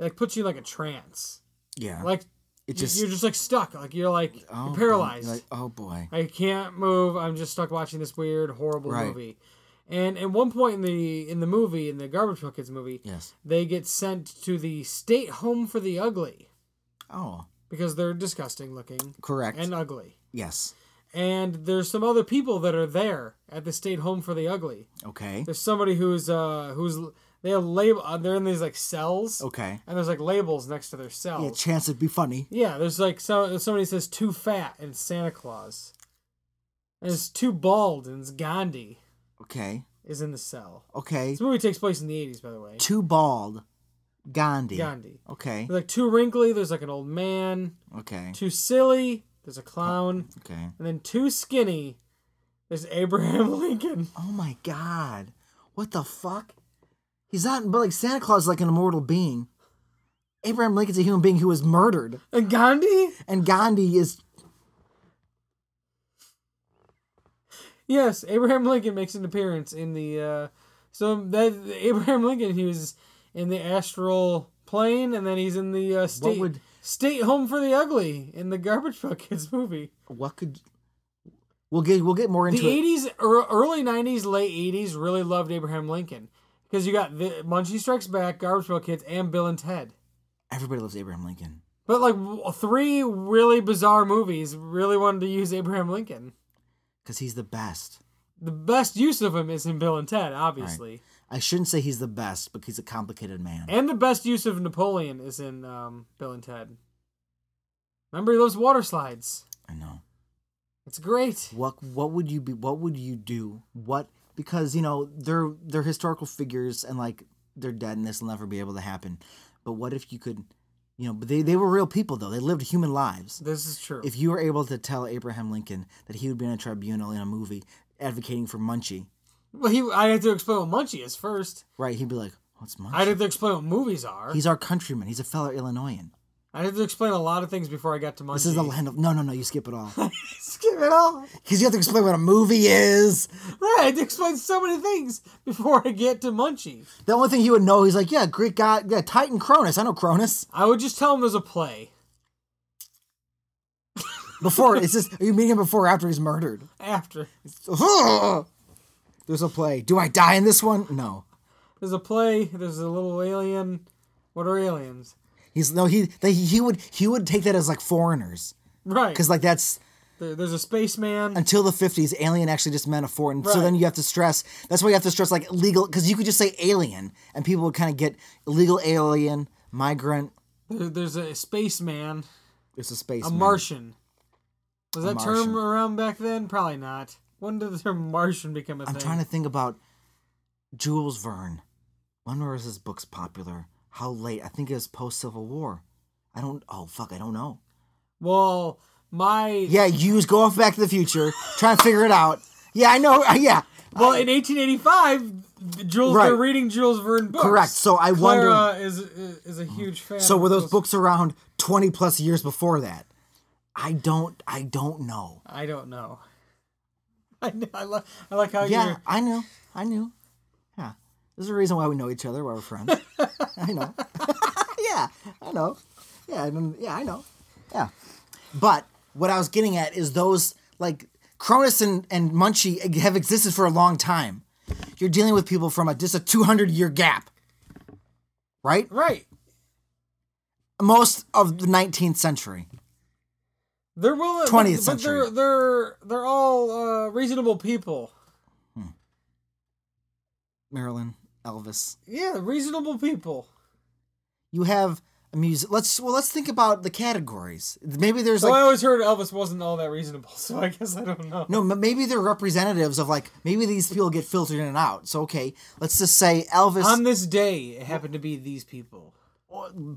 [SPEAKER 1] like puts you in like a trance.
[SPEAKER 2] Yeah.
[SPEAKER 1] Like
[SPEAKER 2] It
[SPEAKER 1] it
[SPEAKER 2] just-
[SPEAKER 1] just, you're just like stuck. Like you're like
[SPEAKER 2] Oh,
[SPEAKER 1] you're
[SPEAKER 2] boy.
[SPEAKER 1] paralyzed.
[SPEAKER 2] Like, oh boy.
[SPEAKER 1] I can't move. I'm just stuck watching this weird, horrible
[SPEAKER 2] Right.
[SPEAKER 1] movie. And at one point in the in the movie, in the Garbage Pail Kids movie,
[SPEAKER 2] Yes.
[SPEAKER 1] they get sent to the state home for the ugly
[SPEAKER 2] Oh.
[SPEAKER 1] because they're disgusting looking
[SPEAKER 2] Correct.
[SPEAKER 1] and uh, ugly.
[SPEAKER 2] yes.
[SPEAKER 1] And there's some other people that are there at the state home for the ugly.
[SPEAKER 2] Okay.
[SPEAKER 1] There's somebody who's uh who's they have label. Uh, they're in these like cells.
[SPEAKER 2] Okay.
[SPEAKER 1] And there's like labels next to their
[SPEAKER 2] Yeah.
[SPEAKER 1] cells.
[SPEAKER 2] Chance it'd be funny.
[SPEAKER 1] Yeah, there's like so somebody says too fat and it's Santa Claus. And it's too bald and it's Gandhi
[SPEAKER 2] Okay.
[SPEAKER 1] is in the cell.
[SPEAKER 2] Okay.
[SPEAKER 1] This movie takes place in the eighties, by the way.
[SPEAKER 2] Too bald. Gandhi.
[SPEAKER 1] Gandhi.
[SPEAKER 2] Okay.
[SPEAKER 1] Like too wrinkly, there's like an old man.
[SPEAKER 2] Okay.
[SPEAKER 1] Too silly, there's a clown.
[SPEAKER 2] Okay.
[SPEAKER 1] And then too skinny, there's Abraham Lincoln.
[SPEAKER 2] Oh my God. What the fuck? He's not, but like Santa Claus is like an immortal being. Abraham Lincoln's a human being who was murdered,
[SPEAKER 1] And Gandhi?
[SPEAKER 2] and Gandhi is
[SPEAKER 1] Yes, Abraham Lincoln makes an appearance in the uh so that Abraham Lincoln he was in the astral plane and then he's in the uh, state
[SPEAKER 2] would-
[SPEAKER 1] state home for the ugly in the garbage Pail kids movie.
[SPEAKER 2] what could we'll get we'll get more
[SPEAKER 1] The
[SPEAKER 2] into it.
[SPEAKER 1] 80s ear- early 90s late 80s really loved Abraham Lincoln because you got the Munchie Strikes Back, Garbage Pail Kids and Bill and Ted.
[SPEAKER 2] Everybody loves Abraham Lincoln.
[SPEAKER 1] But like w- three really bizarre movies really wanted to use Abraham Lincoln.
[SPEAKER 2] because he's the best.
[SPEAKER 1] The best use of him is in Bill and Ted, obviously.
[SPEAKER 2] I shouldn't say he's the best, but he's a complicated man.
[SPEAKER 1] And the best use of Napoleon is in um, Bill and Ted. Remember, he loves water slides.
[SPEAKER 2] I know.
[SPEAKER 1] It's great.
[SPEAKER 2] What what would you be? What would you do? What because you know they're they're historical figures and like they're dead and this will never be able to happen. But what if you could, you know, but they they were real people though. They lived human lives.
[SPEAKER 1] This is true.
[SPEAKER 2] If you were able to tell Abraham Lincoln that he would be in a tribunal in a movie advocating for Munchie,
[SPEAKER 1] well, he, I had to explain what Munchie is first.
[SPEAKER 2] right? He'd be like, "What's Munchie?
[SPEAKER 1] I had to explain what movies are.
[SPEAKER 2] He's our countryman. He's a fellow Illinoisan.
[SPEAKER 1] I had to explain a lot of things before I got to Munchie.
[SPEAKER 2] This is the land of no, no, no. You skip it all
[SPEAKER 1] Skip it all.
[SPEAKER 2] because you have to explain what a movie is.
[SPEAKER 1] Right, I had to explain so many things before I get to Munchie.
[SPEAKER 2] The only thing he would know, he's like, "Yeah, Greek god, yeah, Titan Cronus. I know Cronus."
[SPEAKER 1] I would just tell him there's a play
[SPEAKER 2] Before it's just are you meeting him before or after he's murdered?
[SPEAKER 1] after.
[SPEAKER 2] There's a play. Do I die in this one? No.
[SPEAKER 1] There's a play. There's a little alien. What are aliens?
[SPEAKER 2] He's no he they, he would he would take that as like foreigners
[SPEAKER 1] Right.
[SPEAKER 2] because like that's
[SPEAKER 1] There, there's a spaceman.
[SPEAKER 2] until the 50s alien actually just meant a foreign. So
[SPEAKER 1] Right.
[SPEAKER 2] then you have to stress that's why you have to stress like legal because you could just say alien and people would kind of get illegal alien migrant.
[SPEAKER 1] There, there's a spaceman.
[SPEAKER 2] It's a space.
[SPEAKER 1] A Martian. Was that
[SPEAKER 2] Martian.
[SPEAKER 1] term around back then? Probably not. When did the term Martian become a
[SPEAKER 2] I'm
[SPEAKER 1] thing?
[SPEAKER 2] trying to think about Jules Verne. When were his books popular? How late? I think it was post Civil War. I don't. Oh fuck! I don't know.
[SPEAKER 1] Well, my
[SPEAKER 2] Yeah, you just go off Back to the Future, try to figure it out. Yeah, I know. Yeah,
[SPEAKER 1] well in 1885, Jules
[SPEAKER 2] Right.
[SPEAKER 1] they're reading Jules Verne books.
[SPEAKER 2] correct. So I
[SPEAKER 1] Clara
[SPEAKER 2] wonder.
[SPEAKER 1] is is a huge fan.
[SPEAKER 2] So
[SPEAKER 1] of
[SPEAKER 2] were those books around twenty plus years before that? I don't. I don't know.
[SPEAKER 1] I don't know. I know, I, lo- I like how
[SPEAKER 2] Yeah,
[SPEAKER 1] you're.
[SPEAKER 2] I knew. I knew. Yeah, there's a reason why we know each other, why we're friends. I know. yeah, I know. Yeah, I don't- yeah, I know. Yeah, but what I was getting at is those like Cronus and and Munchie have existed for a long time. You're dealing with people from a just a 200 year gap, right?
[SPEAKER 1] Right.
[SPEAKER 2] Most of the 19th century.
[SPEAKER 1] They're willing.
[SPEAKER 2] 20th
[SPEAKER 1] but
[SPEAKER 2] century.
[SPEAKER 1] They're they're they're all uh, reasonable people.
[SPEAKER 2] Marilyn, Elvis.
[SPEAKER 1] Yeah, reasonable people.
[SPEAKER 2] You have a music. Let's well, let's think about the categories. Maybe there's
[SPEAKER 1] Well,
[SPEAKER 2] like
[SPEAKER 1] I always heard Elvis wasn't all that reasonable, so I guess I don't know.
[SPEAKER 2] No, m- maybe they're representatives of like maybe these people get filtered in and out. So okay, let's just say Elvis
[SPEAKER 1] On this day, it happened to be these people.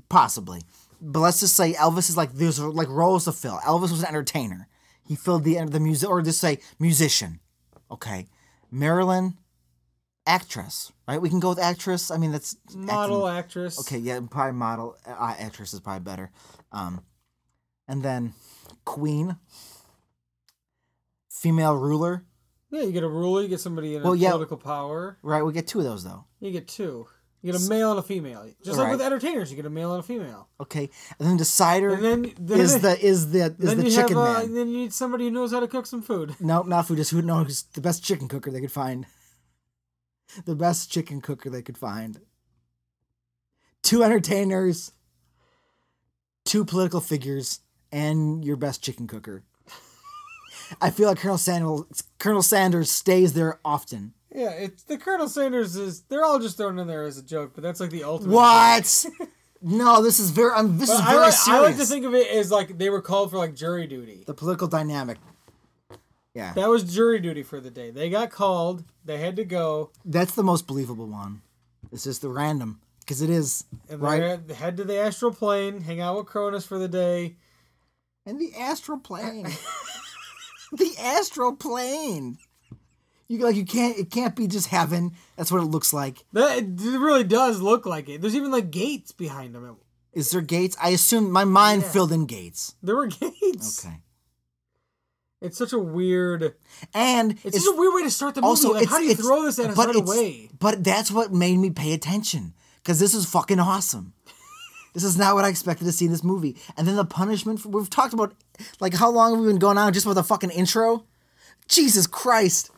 [SPEAKER 2] possibly, but let's just say Elvis is like there's like roles to fill. Elvis was an entertainer. He filled the the music, or just say musician. Okay, Marilyn, actress. Right, we can go with actress. I mean that's acting-
[SPEAKER 1] Model, actress.
[SPEAKER 2] Okay, yeah, probably model uh, actress is probably better. Um, and then Queen, female ruler.
[SPEAKER 1] Yeah, you get a ruler, you get somebody in
[SPEAKER 2] Well,
[SPEAKER 1] a
[SPEAKER 2] yeah.
[SPEAKER 1] political power.
[SPEAKER 2] Right, we get two of those though.
[SPEAKER 1] You get two. You get a male and a female. Just like with
[SPEAKER 2] Right.
[SPEAKER 1] entertainers, you get a male and a female.
[SPEAKER 2] Okay, and then decider
[SPEAKER 1] And then, then
[SPEAKER 2] is the is the is
[SPEAKER 1] then
[SPEAKER 2] the
[SPEAKER 1] you
[SPEAKER 2] chicken
[SPEAKER 1] have, uh,
[SPEAKER 2] man.
[SPEAKER 1] Then you need somebody who knows how to cook some food.
[SPEAKER 2] No, not food. Just who knows the best chicken cooker they could find. The best chicken cooker they could find. Two entertainers, two political figures, and your best chicken cooker. I feel like Colonel Sanders, Colonel Sanders stays there often.
[SPEAKER 1] Yeah, it's the Colonel Sanders is. They're all just thrown in there as a joke, but that's like the ultimate.
[SPEAKER 2] What? No, this is very. I'm, this is
[SPEAKER 1] I
[SPEAKER 2] very
[SPEAKER 1] like, I
[SPEAKER 2] serious.
[SPEAKER 1] like to think of it as like they were called for like jury duty.
[SPEAKER 2] the political dynamic. Yeah,
[SPEAKER 1] That was jury duty for the day. They got called. They had to go.
[SPEAKER 2] That's the most believable one. It's just the random because it is
[SPEAKER 1] And
[SPEAKER 2] right.
[SPEAKER 1] they head to the astral plane, hang out with Cronus for the day.
[SPEAKER 2] And the astral plane. the astral plane. You like you can't. It can't be just heaven. That's what it looks like.
[SPEAKER 1] That it really does look like it. There's even like gates behind them.
[SPEAKER 2] Is there gates? I assume my mind filled in gates.
[SPEAKER 1] There were gates.
[SPEAKER 2] Okay.
[SPEAKER 1] It's such a weird.
[SPEAKER 2] And
[SPEAKER 1] It's, such a weird way to start the movie.
[SPEAKER 2] also
[SPEAKER 1] like,
[SPEAKER 2] it's,
[SPEAKER 1] how do you
[SPEAKER 2] it's-
[SPEAKER 1] throw this at us
[SPEAKER 2] but
[SPEAKER 1] right
[SPEAKER 2] it's-
[SPEAKER 1] away?
[SPEAKER 2] But that's what made me pay attention because this is fucking awesome. this is not what I expected to see in this movie. And then the punishment for, we've talked about, like how long have we been going on just with the fucking intro? Jesus Christ.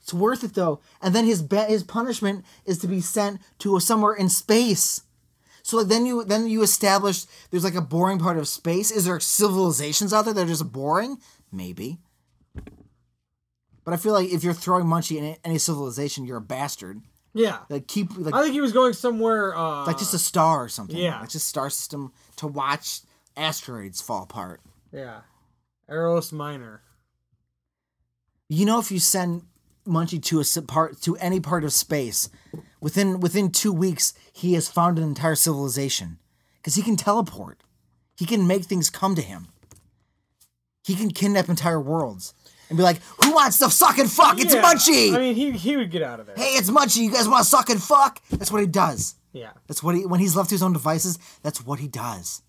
[SPEAKER 2] It's worth it though. And then his be- his punishment is to be sent to somewhere in space. So like then you then you establish there's like a boring part of space. Is there civilizations out there that are just boring? Maybe. But I feel like if you're throwing Munchie in any civilization, you're a bastard.
[SPEAKER 1] Yeah,
[SPEAKER 2] Like keep like
[SPEAKER 1] I think he was going somewhere. Uh,
[SPEAKER 2] like just a star or something.
[SPEAKER 1] yeah.
[SPEAKER 2] like just star system to watch asteroids fall apart.
[SPEAKER 1] yeah, Eros Minor.
[SPEAKER 2] You know, if you send Munchie to a s- part to any part of space. Within within two weeks, he has found an entire civilization because he can teleport. He can make things come to him. He can kidnap entire worlds and be like, "Who wants to suck and fuck? It's
[SPEAKER 1] Yeah,
[SPEAKER 2] Munchie.
[SPEAKER 1] I mean, he he would get out of there.
[SPEAKER 2] hey, it's Munchie. You guys want to suck and fuck? That's what he does.
[SPEAKER 1] Yeah,
[SPEAKER 2] That's what he when he's left to his own devices. That's what he does.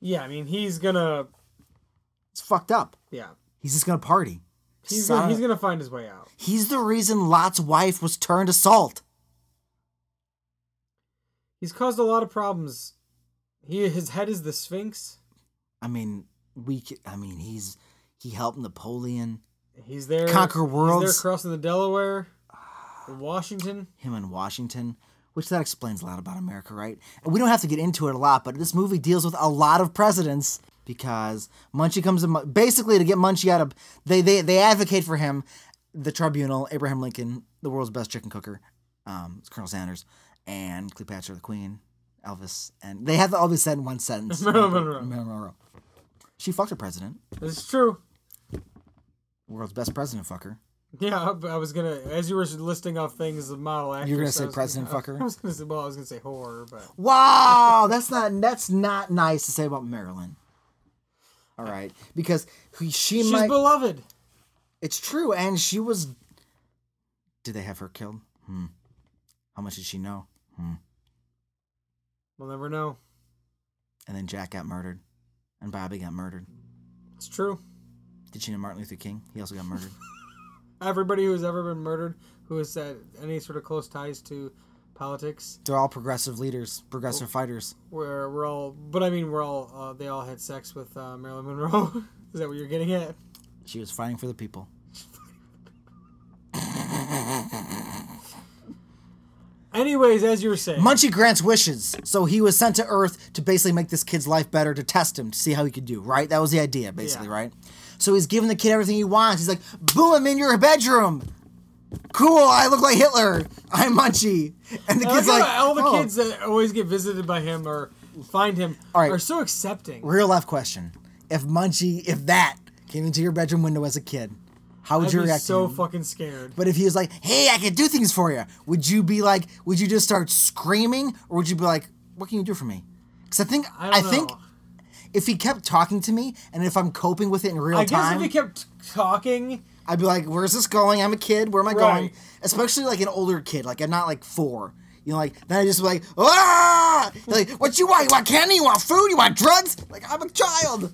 [SPEAKER 1] yeah. I mean, he's gonna
[SPEAKER 2] It's fucked up.
[SPEAKER 1] yeah.
[SPEAKER 2] He's just gonna party.
[SPEAKER 1] He's
[SPEAKER 2] Son
[SPEAKER 1] gonna,
[SPEAKER 2] of-
[SPEAKER 1] he's gonna find his way out.
[SPEAKER 2] He's the reason Lot's wife was turned to salt.
[SPEAKER 1] He's caused a lot of problems. He his head is the Sphinx.
[SPEAKER 2] I mean, we. c- I mean, he's he helped Napoleon.
[SPEAKER 1] He's there.
[SPEAKER 2] Conquer
[SPEAKER 1] He's
[SPEAKER 2] worlds.
[SPEAKER 1] there crossing the Delaware, Washington.
[SPEAKER 2] Him in Washington, which that explains a lot about America, right? And we don't have to get into it a lot, but this movie deals with a lot of presidents because Munchie comes to Mun- basically to get Munchie out of. They they they advocate for him. The tribunal, Abraham Lincoln, the world's best chicken cooker, um, it's Colonel Sanders, and Cleopatra the Queen, Elvis, and they have all be said in one sentence.
[SPEAKER 1] Marilyn Monroe.
[SPEAKER 2] Marilyn Monroe. She fucked her president,
[SPEAKER 1] It's true.
[SPEAKER 2] world's best president fucker.
[SPEAKER 1] Yeah, I I was gonna as you were listing off things the model actress.
[SPEAKER 2] You're gonna
[SPEAKER 1] I
[SPEAKER 2] say
[SPEAKER 1] was
[SPEAKER 2] president
[SPEAKER 1] I
[SPEAKER 2] fucker.
[SPEAKER 1] was gonna say well, I was gonna say horror, but
[SPEAKER 2] Wow, that's not that's not nice to say about Marilyn. All right, because he- she
[SPEAKER 1] she's
[SPEAKER 2] might.
[SPEAKER 1] beloved.
[SPEAKER 2] it's true, and she was. Did they have her killed? Hmm. How much did she know?
[SPEAKER 1] We'll never know.
[SPEAKER 2] And then Jack got murdered, and Bobby got murdered.
[SPEAKER 1] It's true.
[SPEAKER 2] Did she know Martin Luther King? He also got murdered.
[SPEAKER 1] Everybody who's ever been murdered, who has had any sort of close ties to politics,
[SPEAKER 2] They're all progressive leaders, progressive fighters.
[SPEAKER 1] where we're all. But I mean, we're all. Uh, they all had sex with uh, Marilyn Monroe. Is that what you're getting at?
[SPEAKER 2] She was fighting for the people.
[SPEAKER 1] Anyways, as you were saying,
[SPEAKER 2] Munchie grants wishes, so he was sent to Earth to basically make this kid's life better, to test him, to see how he could do. Right? That was the idea, basically,
[SPEAKER 1] Yeah.
[SPEAKER 2] right? So he's giving the kid everything he wants. He's like, "Boom! I'm in your bedroom. Cool. I look like Hitler. I'm Munchie." And the
[SPEAKER 1] I like
[SPEAKER 2] kid's
[SPEAKER 1] how
[SPEAKER 2] like,
[SPEAKER 1] all the
[SPEAKER 2] "Oh."
[SPEAKER 1] kids that always get visited by him or find him
[SPEAKER 2] All right.
[SPEAKER 1] are so accepting.
[SPEAKER 2] Real life question: If Munchie, if that came into your bedroom window as a kid, how would
[SPEAKER 1] I'd
[SPEAKER 2] you
[SPEAKER 1] be
[SPEAKER 2] react? to
[SPEAKER 1] so
[SPEAKER 2] him?
[SPEAKER 1] fucking scared.
[SPEAKER 2] But if he was like, "Hey, I can do things for you," would you be like, would you just start screaming, or would you be like, "What can you do for me?" Because I think
[SPEAKER 1] I don't
[SPEAKER 2] I, think
[SPEAKER 1] know.
[SPEAKER 2] if he kept talking to me and if I'm coping with it in real
[SPEAKER 1] I guess
[SPEAKER 2] time,
[SPEAKER 1] if he kept talking,
[SPEAKER 2] I'd be like, "Where's this going? I'm a kid. Where am I going?"
[SPEAKER 1] Right.
[SPEAKER 2] Especially like an older kid, like I'm not like four. You know, like then I just be like, "Ah!" Like, what you want? You want candy? You want food? You want drugs? Like I'm a child.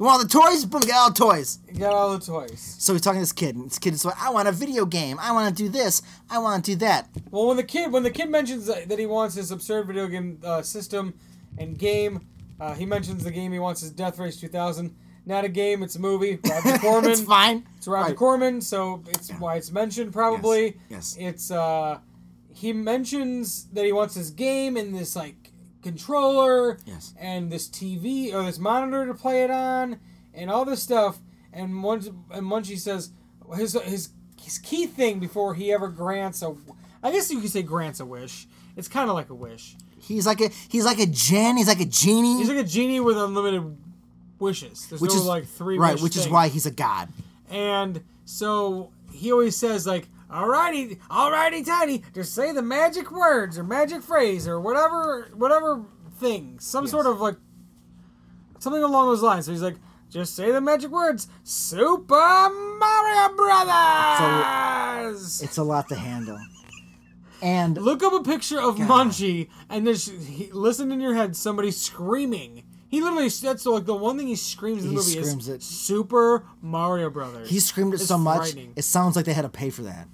[SPEAKER 2] You want all the toys? Boom, get all the toys.
[SPEAKER 1] he got all the toys.
[SPEAKER 2] So he's talking to this kid, and this kid is like, "I want a video game. I want to do this. I want to do that."
[SPEAKER 1] Well, when the kid when the kid mentions that that he wants his absurd video game uh, system and game, uh, he mentions the game he wants is Death Race 2000. Not a game, it's a movie. Roger Corman.
[SPEAKER 2] it's fine.
[SPEAKER 1] It's Roger
[SPEAKER 2] Right.
[SPEAKER 1] Corman, so it's why it's mentioned probably.
[SPEAKER 2] Yes, yes.
[SPEAKER 1] It's uh, he mentions that he wants this game and this like controller.
[SPEAKER 2] Yes.
[SPEAKER 1] And this TV or this monitor to play it on, and all this stuff. And once and Munchie says his his his key thing before he ever grants a, I guess you could say grants a wish. It's kind of like a wish.
[SPEAKER 2] He's like a he's like a gen. He's like a genie.
[SPEAKER 1] He's like a genie with unlimited wishes. There's
[SPEAKER 2] which
[SPEAKER 1] no
[SPEAKER 2] is
[SPEAKER 1] like three
[SPEAKER 2] right,
[SPEAKER 1] wish
[SPEAKER 2] which is
[SPEAKER 1] thing.
[SPEAKER 2] why he's a god.
[SPEAKER 1] And so he always says like, "Alrighty, alrighty, tiny, just say the magic words or magic phrase or whatever, whatever thing, some sort of like something along those lines." So he's like, "Just say the magic words, Super Mario Brothers."
[SPEAKER 2] It's a lot to handle. And
[SPEAKER 1] Look up a picture of Munchie and then sh- he, listen in your head somebody screaming. He literally that's like the one thing he screams in the
[SPEAKER 2] He
[SPEAKER 1] movie is
[SPEAKER 2] screams it.
[SPEAKER 1] Super Mario Brothers.
[SPEAKER 2] he screamed it
[SPEAKER 1] It's
[SPEAKER 2] so much,
[SPEAKER 1] frightening.
[SPEAKER 2] it sounds like they had to pay for that.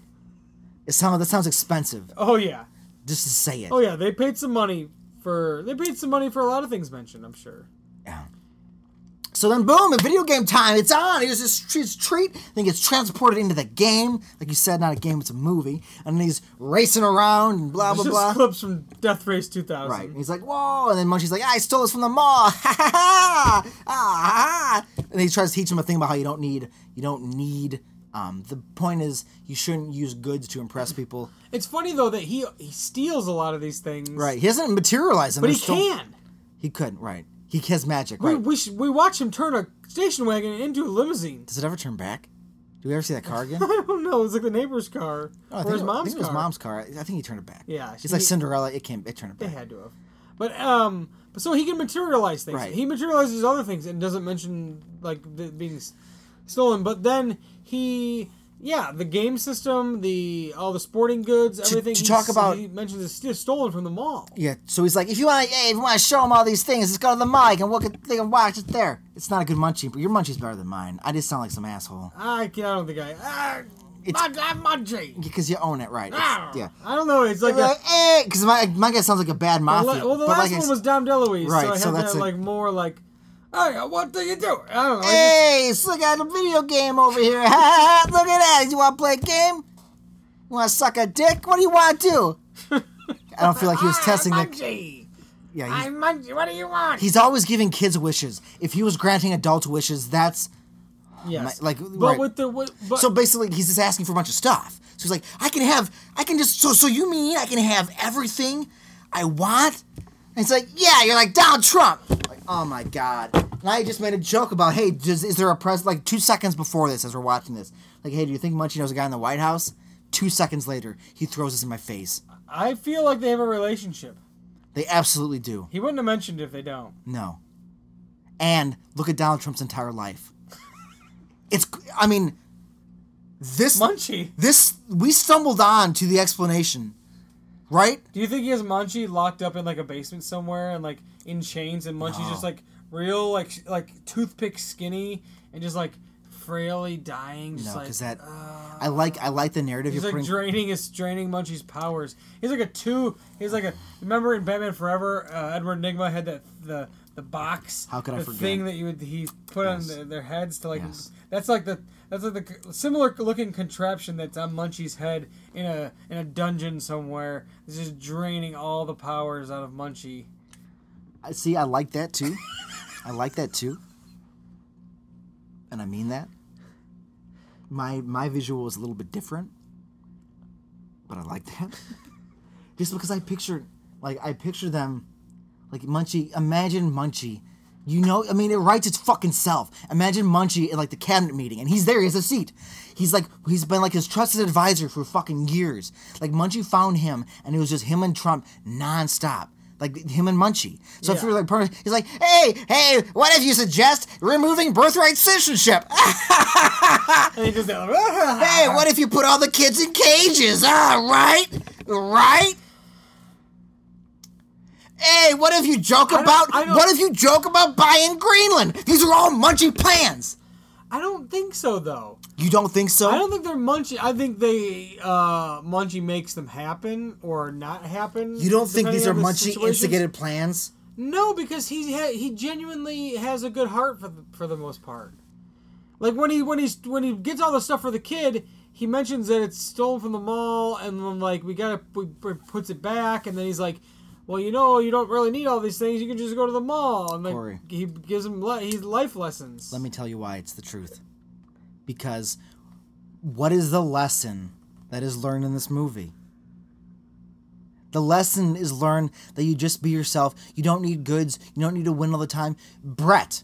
[SPEAKER 2] It sounds that sounds expensive
[SPEAKER 1] Oh yeah.
[SPEAKER 2] just to say it.
[SPEAKER 1] Oh yeah, they paid some money for they paid some money for a lot of things mentioned. I'm sure.
[SPEAKER 2] Yeah. So then, boom! At video game time, it's on. Here's this tr- his treat. Then gets transported into the game, like you said, not a game, it's a movie. And then he's racing around and blah blah
[SPEAKER 1] Just
[SPEAKER 2] blah.
[SPEAKER 1] clips from Death Race 2000.
[SPEAKER 2] Right. And he's like, whoa. And then Munchie's like, I stole this from the mall. Ha ha ha. Ah, ha. And he tries to teach him a thing about how you don't need, you don't need, um, the point is you shouldn't use goods to impress people.
[SPEAKER 1] It's funny though that he he steals a lot of these things.
[SPEAKER 2] Right. He doesn't materialize them.
[SPEAKER 1] But he
[SPEAKER 2] They're still-
[SPEAKER 1] can.
[SPEAKER 2] He couldn't. Right. He has magic.
[SPEAKER 1] We
[SPEAKER 2] Right.
[SPEAKER 1] we, sh- we watch him turn a station wagon into a limousine.
[SPEAKER 2] Does it ever turn back? Do we ever see that car again?
[SPEAKER 1] I don't know. It's like the neighbor's car
[SPEAKER 2] Oh, I
[SPEAKER 1] or
[SPEAKER 2] think
[SPEAKER 1] his
[SPEAKER 2] it- I
[SPEAKER 1] mom's
[SPEAKER 2] think it was
[SPEAKER 1] car.
[SPEAKER 2] mom's car. I I think he turned it back.
[SPEAKER 1] Yeah,
[SPEAKER 2] It's like
[SPEAKER 1] he-
[SPEAKER 2] Cinderella. It came. It turned it
[SPEAKER 1] They
[SPEAKER 2] back.
[SPEAKER 1] had to have. But um, but so he can materialize things.
[SPEAKER 2] Right.
[SPEAKER 1] He materializes other things and doesn't mention like the, being s- stolen. But then he, yeah, the game system, the all the sporting goods, everything.
[SPEAKER 2] to
[SPEAKER 1] he
[SPEAKER 2] talk
[SPEAKER 1] s-
[SPEAKER 2] about-
[SPEAKER 1] he mentions is still stolen from the mall.
[SPEAKER 2] Yeah. So he's like, if you want, hey, if you want to show him all these things, let's go to the mic and look at they can watch it there. It's not a good munchie, but your munchie's better than mine. I just sound like some asshole
[SPEAKER 1] I can, I don't think I. Ah,
[SPEAKER 2] It's-
[SPEAKER 1] Mud- I'm Mudgy.
[SPEAKER 2] because you own it, right? It's-
[SPEAKER 1] Ah,
[SPEAKER 2] yeah.
[SPEAKER 1] I don't know. It's like.
[SPEAKER 2] Because
[SPEAKER 1] A,
[SPEAKER 2] like, eh, 'cause my my guy sounds like a bad
[SPEAKER 1] the
[SPEAKER 2] mafia.
[SPEAKER 1] la- well, the
[SPEAKER 2] but
[SPEAKER 1] last
[SPEAKER 2] like I
[SPEAKER 1] one
[SPEAKER 2] s-
[SPEAKER 1] was Dom DeLuise,
[SPEAKER 2] Right,
[SPEAKER 1] so I had
[SPEAKER 2] so that's
[SPEAKER 1] that
[SPEAKER 2] a-
[SPEAKER 1] like more like, hey, what do you do? I don't know. I
[SPEAKER 2] Hey, so I got a video game over here. Ha, ha, ha, Look at that. You want to play a game? You want to suck a dick? What do you want to do? I don't feel like he was
[SPEAKER 1] just- "Ah,
[SPEAKER 2] testing
[SPEAKER 1] I'm
[SPEAKER 2] the.
[SPEAKER 1] Mudgy.
[SPEAKER 2] Yeah, he's,
[SPEAKER 1] I'm Mudgy. What do you want?
[SPEAKER 2] he's always giving kids wishes. If he was granting adults wishes, that's
[SPEAKER 1] Yes.
[SPEAKER 2] Like- like,
[SPEAKER 1] but
[SPEAKER 2] right.
[SPEAKER 1] with the with, but
[SPEAKER 2] so basically he's just asking for a bunch of stuff. So he's like, I can have, I can just. So so you mean I can have everything I want? And it's like, yeah. You're like Donald Trump. Like, oh my god. And I just made a joke about, hey, does, is there a press? Like two seconds before this, as we're watching this, like, hey, do you think Munchie knows a guy in the White House? Two seconds later, he throws this in my face.
[SPEAKER 1] I feel like they have a relationship.
[SPEAKER 2] They absolutely do.
[SPEAKER 1] He wouldn't have mentioned it if they don't.
[SPEAKER 2] No. And look at Donald Trump's entire life. It's, I mean, this
[SPEAKER 1] Munchie.
[SPEAKER 2] this we stumbled on to the explanation, right?
[SPEAKER 1] Do you think he has Munchie locked up in like a basement somewhere and like in chains and Munchie's just like real like sh- like toothpick skinny and just like frailly dying just
[SPEAKER 2] No,
[SPEAKER 1] like
[SPEAKER 2] because that I like I like the narrative
[SPEAKER 1] He's
[SPEAKER 2] you're
[SPEAKER 1] like
[SPEAKER 2] putting.
[SPEAKER 1] draining his draining Munchie's powers. He's like a two. He's like a remember in Batman Forever, uh, Edward Nigma had that the the box.
[SPEAKER 2] How could I
[SPEAKER 1] the
[SPEAKER 2] forget?
[SPEAKER 1] Thing that you would he put on
[SPEAKER 2] Yes.
[SPEAKER 1] their, their heads to like
[SPEAKER 2] Yes.
[SPEAKER 1] that's like the that's like the c- similar looking contraption that's on Munchie's head in a in a dungeon somewhere. It's just draining all the powers out of Munchie.
[SPEAKER 2] I- See, I like that too. I like that too, and I mean that. My my visual is a little bit different, but I like that. Just because I pictured, like I picture them, like Munchie. Imagine Munchie. You know, I mean, it writes its fucking self. Imagine Munchie at like the cabinet meeting, and he's there. He has a seat. He's like, he's been like his trusted advisor for fucking years. Like Munchie found him, and it was just him and Trump nonstop. Like him and Munchie. So if
[SPEAKER 1] Yeah.
[SPEAKER 2] you're like, per- he's like, hey, hey, what if you suggest removing birthright citizenship?
[SPEAKER 1] And he does that. Like,
[SPEAKER 2] hey, what if you put all the kids in cages? Ah, right? Right? Hey, what if you joke about
[SPEAKER 1] I don't-
[SPEAKER 2] what if you joke about buying Greenland? These are all munchy plans.
[SPEAKER 1] I don't think so though.
[SPEAKER 2] You don't think so?
[SPEAKER 1] I don't think they're Munchie. I think they uh, Munchie makes them happen or not happen.
[SPEAKER 2] you don't think
[SPEAKER 1] depending
[SPEAKER 2] these are
[SPEAKER 1] on the
[SPEAKER 2] munchy
[SPEAKER 1] situations.
[SPEAKER 2] instigated plans?
[SPEAKER 1] No, because he ha- he genuinely has a good heart for the, for the most part. Like when he when he's when he gets all the stuff for the kid, he mentions that it's stolen from the mall, and then like we gotta we, we puts it back, and then he's like, "Well, you know, you don't really need all these things. You can just go to the mall." And like
[SPEAKER 2] Corey.
[SPEAKER 1] he gives him li- he's life lessons.
[SPEAKER 2] Let me tell you why it's the truth. Because what is the lesson that is learned in this movie? The lesson is learned that you just be yourself. You don't need goods. You don't need to win all the time. Brett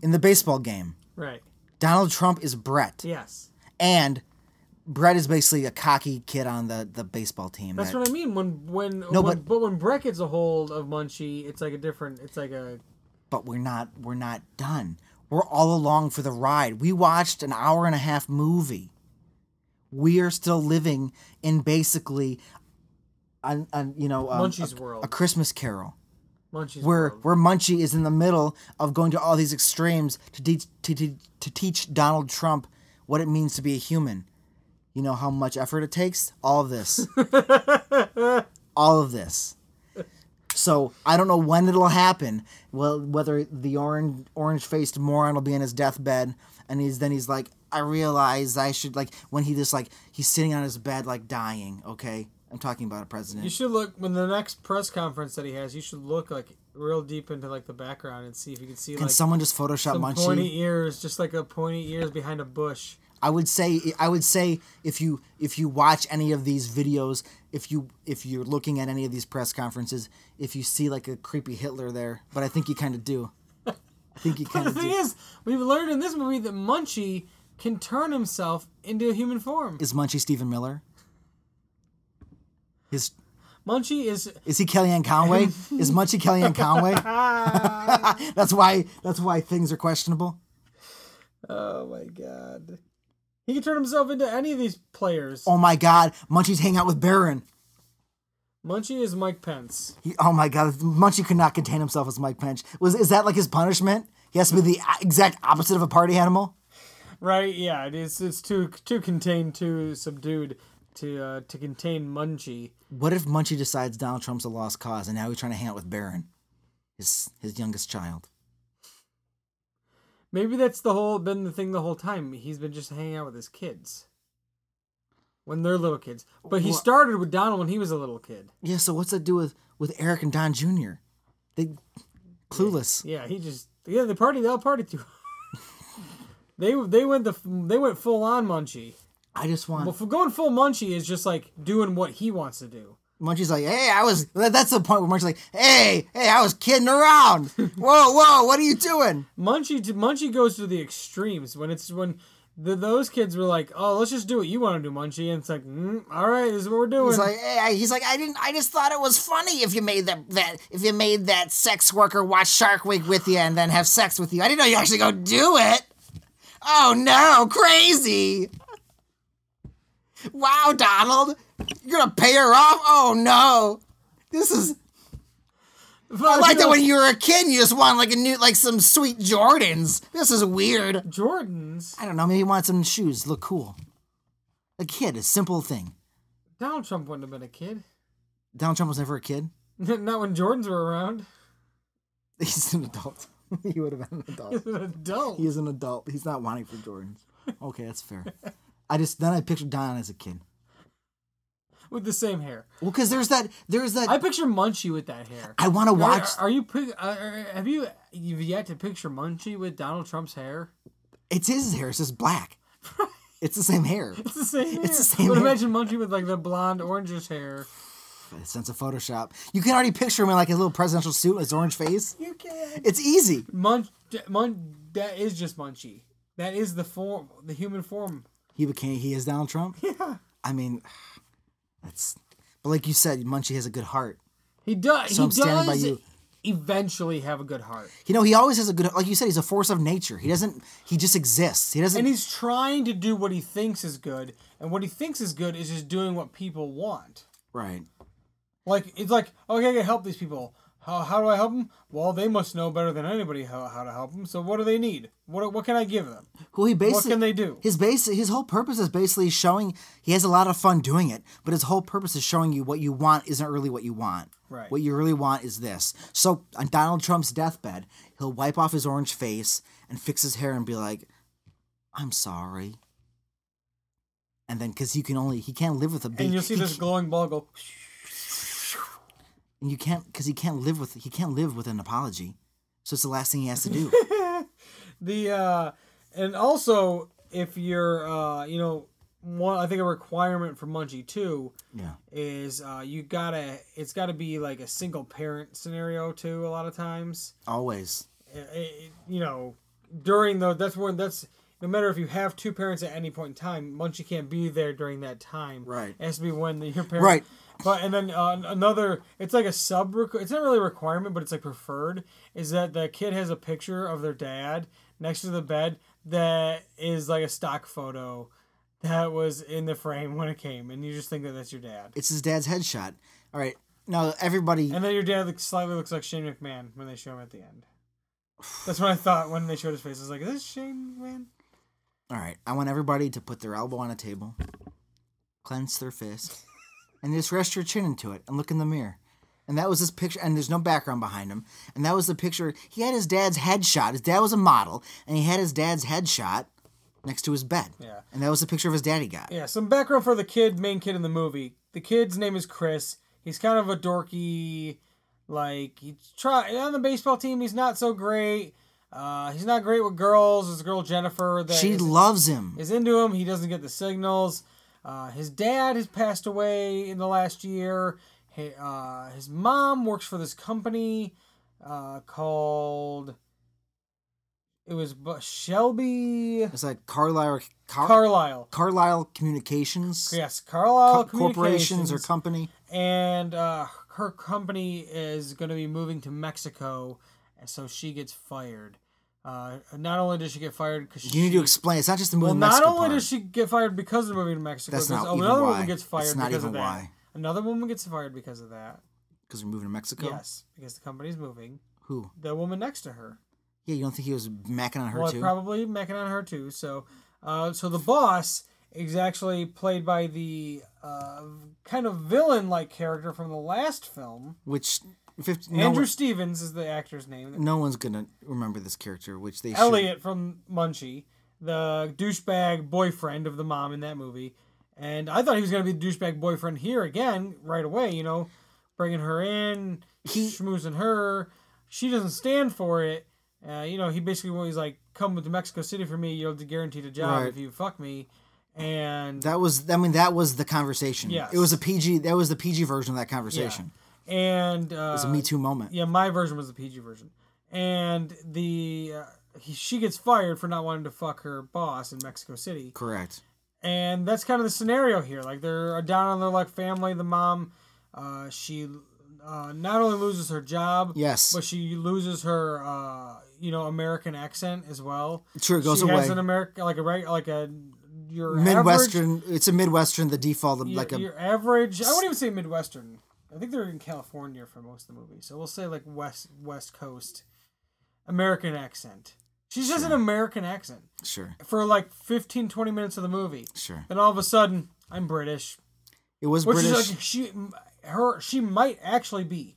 [SPEAKER 2] in the baseball game.
[SPEAKER 1] right?
[SPEAKER 2] Donald Trump is Brett.
[SPEAKER 1] Yes,
[SPEAKER 2] And Brett is basically a cocky kid on the, the baseball team.
[SPEAKER 1] that's
[SPEAKER 2] that-
[SPEAKER 1] what I mean. When when no, when,
[SPEAKER 2] but-
[SPEAKER 1] but, when Breck gets a hold of Munchie, it's like a different. It's like a
[SPEAKER 2] but we're not we're not done. We're all along for the ride. We watched an hour and a half movie. We are still living in basically, an, an, you know, um,
[SPEAKER 1] Munchie's
[SPEAKER 2] a,
[SPEAKER 1] world.
[SPEAKER 2] a Christmas Carol,
[SPEAKER 1] Munchie's
[SPEAKER 2] where
[SPEAKER 1] world.
[SPEAKER 2] where Munchie is in the middle of going to all these extremes to teach to, to, to teach Donald Trump what it means to be a human. You know how much effort it takes. All of this, all of this. So I don't know when it'll happen. Well, whether the orange orange faced moron will be in his deathbed, and he's then he's like, I realize I should like when he just like he's sitting on his bed like dying. Okay, I'm talking about a
[SPEAKER 1] You
[SPEAKER 2] president.
[SPEAKER 1] should look when the next press conference that he has. You should look like real deep into like the background and see if you can see
[SPEAKER 2] Can
[SPEAKER 1] like
[SPEAKER 2] someone just Photoshop
[SPEAKER 1] some
[SPEAKER 2] Munchie?
[SPEAKER 1] pointy ears, just like a pointy ears behind a bush.
[SPEAKER 2] I would say I would say if you if you watch any of these videos, if you if you're looking at any of these press conferences, if you see like a creepy Hitler there, but I think you kind of do. I think you
[SPEAKER 1] But
[SPEAKER 2] kind
[SPEAKER 1] the
[SPEAKER 2] of do.
[SPEAKER 1] thing is, we've learned in this movie that Munchie can turn himself into a human form.
[SPEAKER 2] Is Munchie Stephen Miller? Is
[SPEAKER 1] Munchie is
[SPEAKER 2] is he Kellyanne Conway? is Munchie Kellyanne Conway? that's why that's why things are questionable.
[SPEAKER 1] oh my god. He can turn himself into any of these players.
[SPEAKER 2] Oh my God, Munchie's hang out with Baron.
[SPEAKER 1] Munchie is Mike Pence.
[SPEAKER 2] He, oh my God, Munchie could not contain himself as Mike Pinch. Was is that like his punishment? He has to be the exact opposite of a party animal.
[SPEAKER 1] Right? Yeah, it is it's too too contained, too subdued to uh, to contain Munchie.
[SPEAKER 2] What if Munchie decides Donald Trump's a lost cause and now he's trying to hang out with Baron, his his youngest child?
[SPEAKER 1] Maybe that's the whole been the thing the whole time. He's been just hanging out with his kids. When they're little kids. But he
[SPEAKER 2] Wha-
[SPEAKER 1] started with Donald when he was a little kid.
[SPEAKER 2] Yeah. So what's that do with with Eric and Don Jr.? They clueless.
[SPEAKER 1] Yeah, he just yeah they party they all party too. they they went the they went full on Munchie.
[SPEAKER 2] I just want
[SPEAKER 1] Well, for going full Munchie is just like doing what he wants to do.
[SPEAKER 2] Munchie's like, hey, I was. that- That's the point where Munchie's like, hey, hey, I was kidding around. Whoa, whow, what are you doing?
[SPEAKER 1] Munchie t- Munchie goes to the extremes when it's when the, those kids were like, oh, let's just do what you want to do, Munchie, and it's like, mm, all right, this is what we're doing.
[SPEAKER 2] He's like, hey, I- he's like, I didn't. I just thought it was funny if you made that that if you made that sex worker watch Shark Week with you and then have sex with you. I didn't know you actually go do it. Oh no, crazy! Wow, Donald, you're gonna pay her off. Oh no, this is. I like that when you were a kid, you just wanted like a new, like some sweet Jordans. This is weird.
[SPEAKER 1] Jordans.
[SPEAKER 2] I don't know. Maybe he wants some shoes. Look cool. A kid, a simple thing.
[SPEAKER 1] Donald Trump wouldn't have been a kid.
[SPEAKER 2] Donald Trump was never a kid.
[SPEAKER 1] Not when Jordans were around.
[SPEAKER 2] He's an adult. he would have been an adult.
[SPEAKER 1] He's an adult.
[SPEAKER 2] He is an adult. He's not wanting for Jordans. Okay, that's fair. I just then I pictured Don as a kid.
[SPEAKER 1] with the same hair.
[SPEAKER 2] Well, because there's that there's that
[SPEAKER 1] I
[SPEAKER 2] I,
[SPEAKER 1] picture Munchie with that hair.
[SPEAKER 2] want
[SPEAKER 1] Are-
[SPEAKER 2] to watch.
[SPEAKER 1] Are, you pic- are, are- have you you've yet to picture Munchie with Donald Trump's hair?
[SPEAKER 2] It's his hair. It's just black. it's the same hair.
[SPEAKER 1] It's the same. Hair.
[SPEAKER 2] It's the same
[SPEAKER 1] But
[SPEAKER 2] hair.
[SPEAKER 1] imagine Munchie with like the blonde orangish hair.
[SPEAKER 2] Sense of Photoshop. You can already picture him in like his little presidential suit, and his orange face.
[SPEAKER 1] You can.
[SPEAKER 2] It's easy.
[SPEAKER 1] Munch, Mun, that is just Munchie. That is the form, the human form.
[SPEAKER 2] He became he is Donald Trump. Yeah. I mean, that's. But like you said, Munchie has a good heart.
[SPEAKER 1] He does.
[SPEAKER 2] So
[SPEAKER 1] he
[SPEAKER 2] I'm standing by
[SPEAKER 1] does
[SPEAKER 2] you.
[SPEAKER 1] eventually have a good heart,
[SPEAKER 2] You know, he always has a good. Like you said, he's a force of nature. He doesn't. He just exists. He doesn't.
[SPEAKER 1] and he's trying to do what he thinks is good, and what he thinks is good is just doing what people want.
[SPEAKER 2] right.
[SPEAKER 1] Like it's like okay, I can help these people. How, how do I help them? Well, they must know better than anybody how, how to help them. So what do they need? What what can I give them?
[SPEAKER 2] Well, he basically
[SPEAKER 1] can they do?
[SPEAKER 2] His base, his whole purpose is basically showing he has a lot of fun doing it, but his whole purpose is showing you what you want isn't really what you want.
[SPEAKER 1] Right.
[SPEAKER 2] What you really want is this. So on Donald Trump's deathbed, he'll wipe off his orange face and fix his hair and be like, "I'm sorry." And then, because you can only he can't live with a big
[SPEAKER 1] And you'll see
[SPEAKER 2] he
[SPEAKER 1] this
[SPEAKER 2] ca-
[SPEAKER 1] glowing ball go.
[SPEAKER 2] and you can't because he can't live with he can't live with an apology. So it's the last thing he has to do.
[SPEAKER 1] The uh, and also if you're uh, you know, one I think a requirement for Munchie too
[SPEAKER 2] yeah.
[SPEAKER 1] is uh, you gotta it's gotta be like a single parent scenario too. A lot of times.
[SPEAKER 2] Always.
[SPEAKER 1] it- it- eh, you know, during the that's when that's no matter if you have two parents at any point in time, Munchie can't be there during that time.
[SPEAKER 2] Right.
[SPEAKER 1] It has to be when the, your parents.
[SPEAKER 2] Right.
[SPEAKER 1] But and then uh, another, it's like a sub. requ- It's not really a requirement, but it's like preferred. Is that the kid has a picture of their dad next to the bed that is like a stock photo that was in the frame when it came, and you just think that that's your dad.
[SPEAKER 2] It's his dad's headshot. All right. Now everybody.
[SPEAKER 1] And then your dad looks, slightly looks like Shane McMahon when they show him at the end. That's what I thought when they showed his face. I was like, is this Shane McMahon?
[SPEAKER 2] All right, I want everybody to put their elbow on a table, clench their fist, and just rest your chin into it and look in the mirror. And that was this picture, and there's no background behind him. And that was the picture. He had his dad's headshot. His dad was a model, and he had his dad's headshot next to his bed.
[SPEAKER 1] Yeah.
[SPEAKER 2] And that was the picture of his dad he got.
[SPEAKER 1] Yeah, some background for the kid, main kid in the movie. The kid's name is Chris. He's kind of a dorky, like he try on the baseball team. He's not so great. Uh, he's not great with girls. There's a girl Jennifer that
[SPEAKER 2] She
[SPEAKER 1] is-
[SPEAKER 2] loves him.
[SPEAKER 1] is into him. He doesn't get the signals. Uh, his dad has passed away in the last year. He, uh, his mom works for this company uh, called It was Bu- Shelby
[SPEAKER 2] It's like Carlisle, Car-
[SPEAKER 1] Carlisle.
[SPEAKER 2] Carlisle Communications
[SPEAKER 1] Yes, Carlisle
[SPEAKER 2] co- corporations or
[SPEAKER 1] Communications.
[SPEAKER 2] company.
[SPEAKER 1] and uh, her company is going to be moving to Mexico, and so she gets fired. Uh, not only does she get fired because she
[SPEAKER 2] You need to explain. It's not just the movie.
[SPEAKER 1] well,
[SPEAKER 2] Mexico
[SPEAKER 1] not only
[SPEAKER 2] part.
[SPEAKER 1] does she get fired because of the moving to Mexico,
[SPEAKER 2] That's
[SPEAKER 1] there's-
[SPEAKER 2] not
[SPEAKER 1] oh,
[SPEAKER 2] even
[SPEAKER 1] another
[SPEAKER 2] why.
[SPEAKER 1] woman gets fired
[SPEAKER 2] It's not
[SPEAKER 1] because of that.
[SPEAKER 2] even why.
[SPEAKER 1] Another woman gets fired because of that.
[SPEAKER 2] because we're moving to Mexico.
[SPEAKER 1] Yes, because the company's moving.
[SPEAKER 2] Who?
[SPEAKER 1] The woman next to her.
[SPEAKER 2] Yeah, you don't think he was macking on her
[SPEAKER 1] well,
[SPEAKER 2] too?
[SPEAKER 1] probably macking on her too. So, uh, so the boss is actually played by the uh, kind of villain-like character from the last film.
[SPEAKER 2] Which 50, no,
[SPEAKER 1] Andrew
[SPEAKER 2] one-
[SPEAKER 1] Stevens is the actor's name.
[SPEAKER 2] no one's gonna remember this character. Which they
[SPEAKER 1] Elliot from Munchie, the douchebag boyfriend of the mom in that movie. And I thought he was going to be the douchebag boyfriend here again right away, you know, bringing her in,
[SPEAKER 2] He-
[SPEAKER 1] schmoozing her. She doesn't stand for it. Uh, you know, he basically was like, come to Mexico City for me. You'll guaranteed a job
[SPEAKER 2] Right.
[SPEAKER 1] if you fuck me. And
[SPEAKER 2] should. That was. I mean, that was the conversation.
[SPEAKER 1] Yes.
[SPEAKER 2] It was a PG. That was the PG version of that conversation.
[SPEAKER 1] and uh,
[SPEAKER 2] It's a Me Too moment.
[SPEAKER 1] Yeah, my version was the PG version, and the uh, he, she gets fired for not wanting to fuck her boss in Mexico City,
[SPEAKER 2] Correct.
[SPEAKER 1] and that's kind of the scenario here. Like they're down on their luck. Family, the mom, uh, she uh, not only loses her job,
[SPEAKER 2] Yes.
[SPEAKER 1] but she loses her uh, you know American accent as well.
[SPEAKER 2] True, it goes
[SPEAKER 1] she
[SPEAKER 2] away.
[SPEAKER 1] has an American like a reg- like a your average-
[SPEAKER 2] Midwestern. It's a Midwestern. The default,
[SPEAKER 1] your,
[SPEAKER 2] like a
[SPEAKER 1] your average. I wouldn't even say Midwestern. I think they're in California for most of the movie, so we'll say like West West Coast American accent. She's just an American accent
[SPEAKER 2] sure,
[SPEAKER 1] for like 15, 20 minutes of the movie.
[SPEAKER 2] sure.
[SPEAKER 1] Then all of a sudden, I'm British,
[SPEAKER 2] It was
[SPEAKER 1] which
[SPEAKER 2] British.
[SPEAKER 1] is like she, her, she might actually be.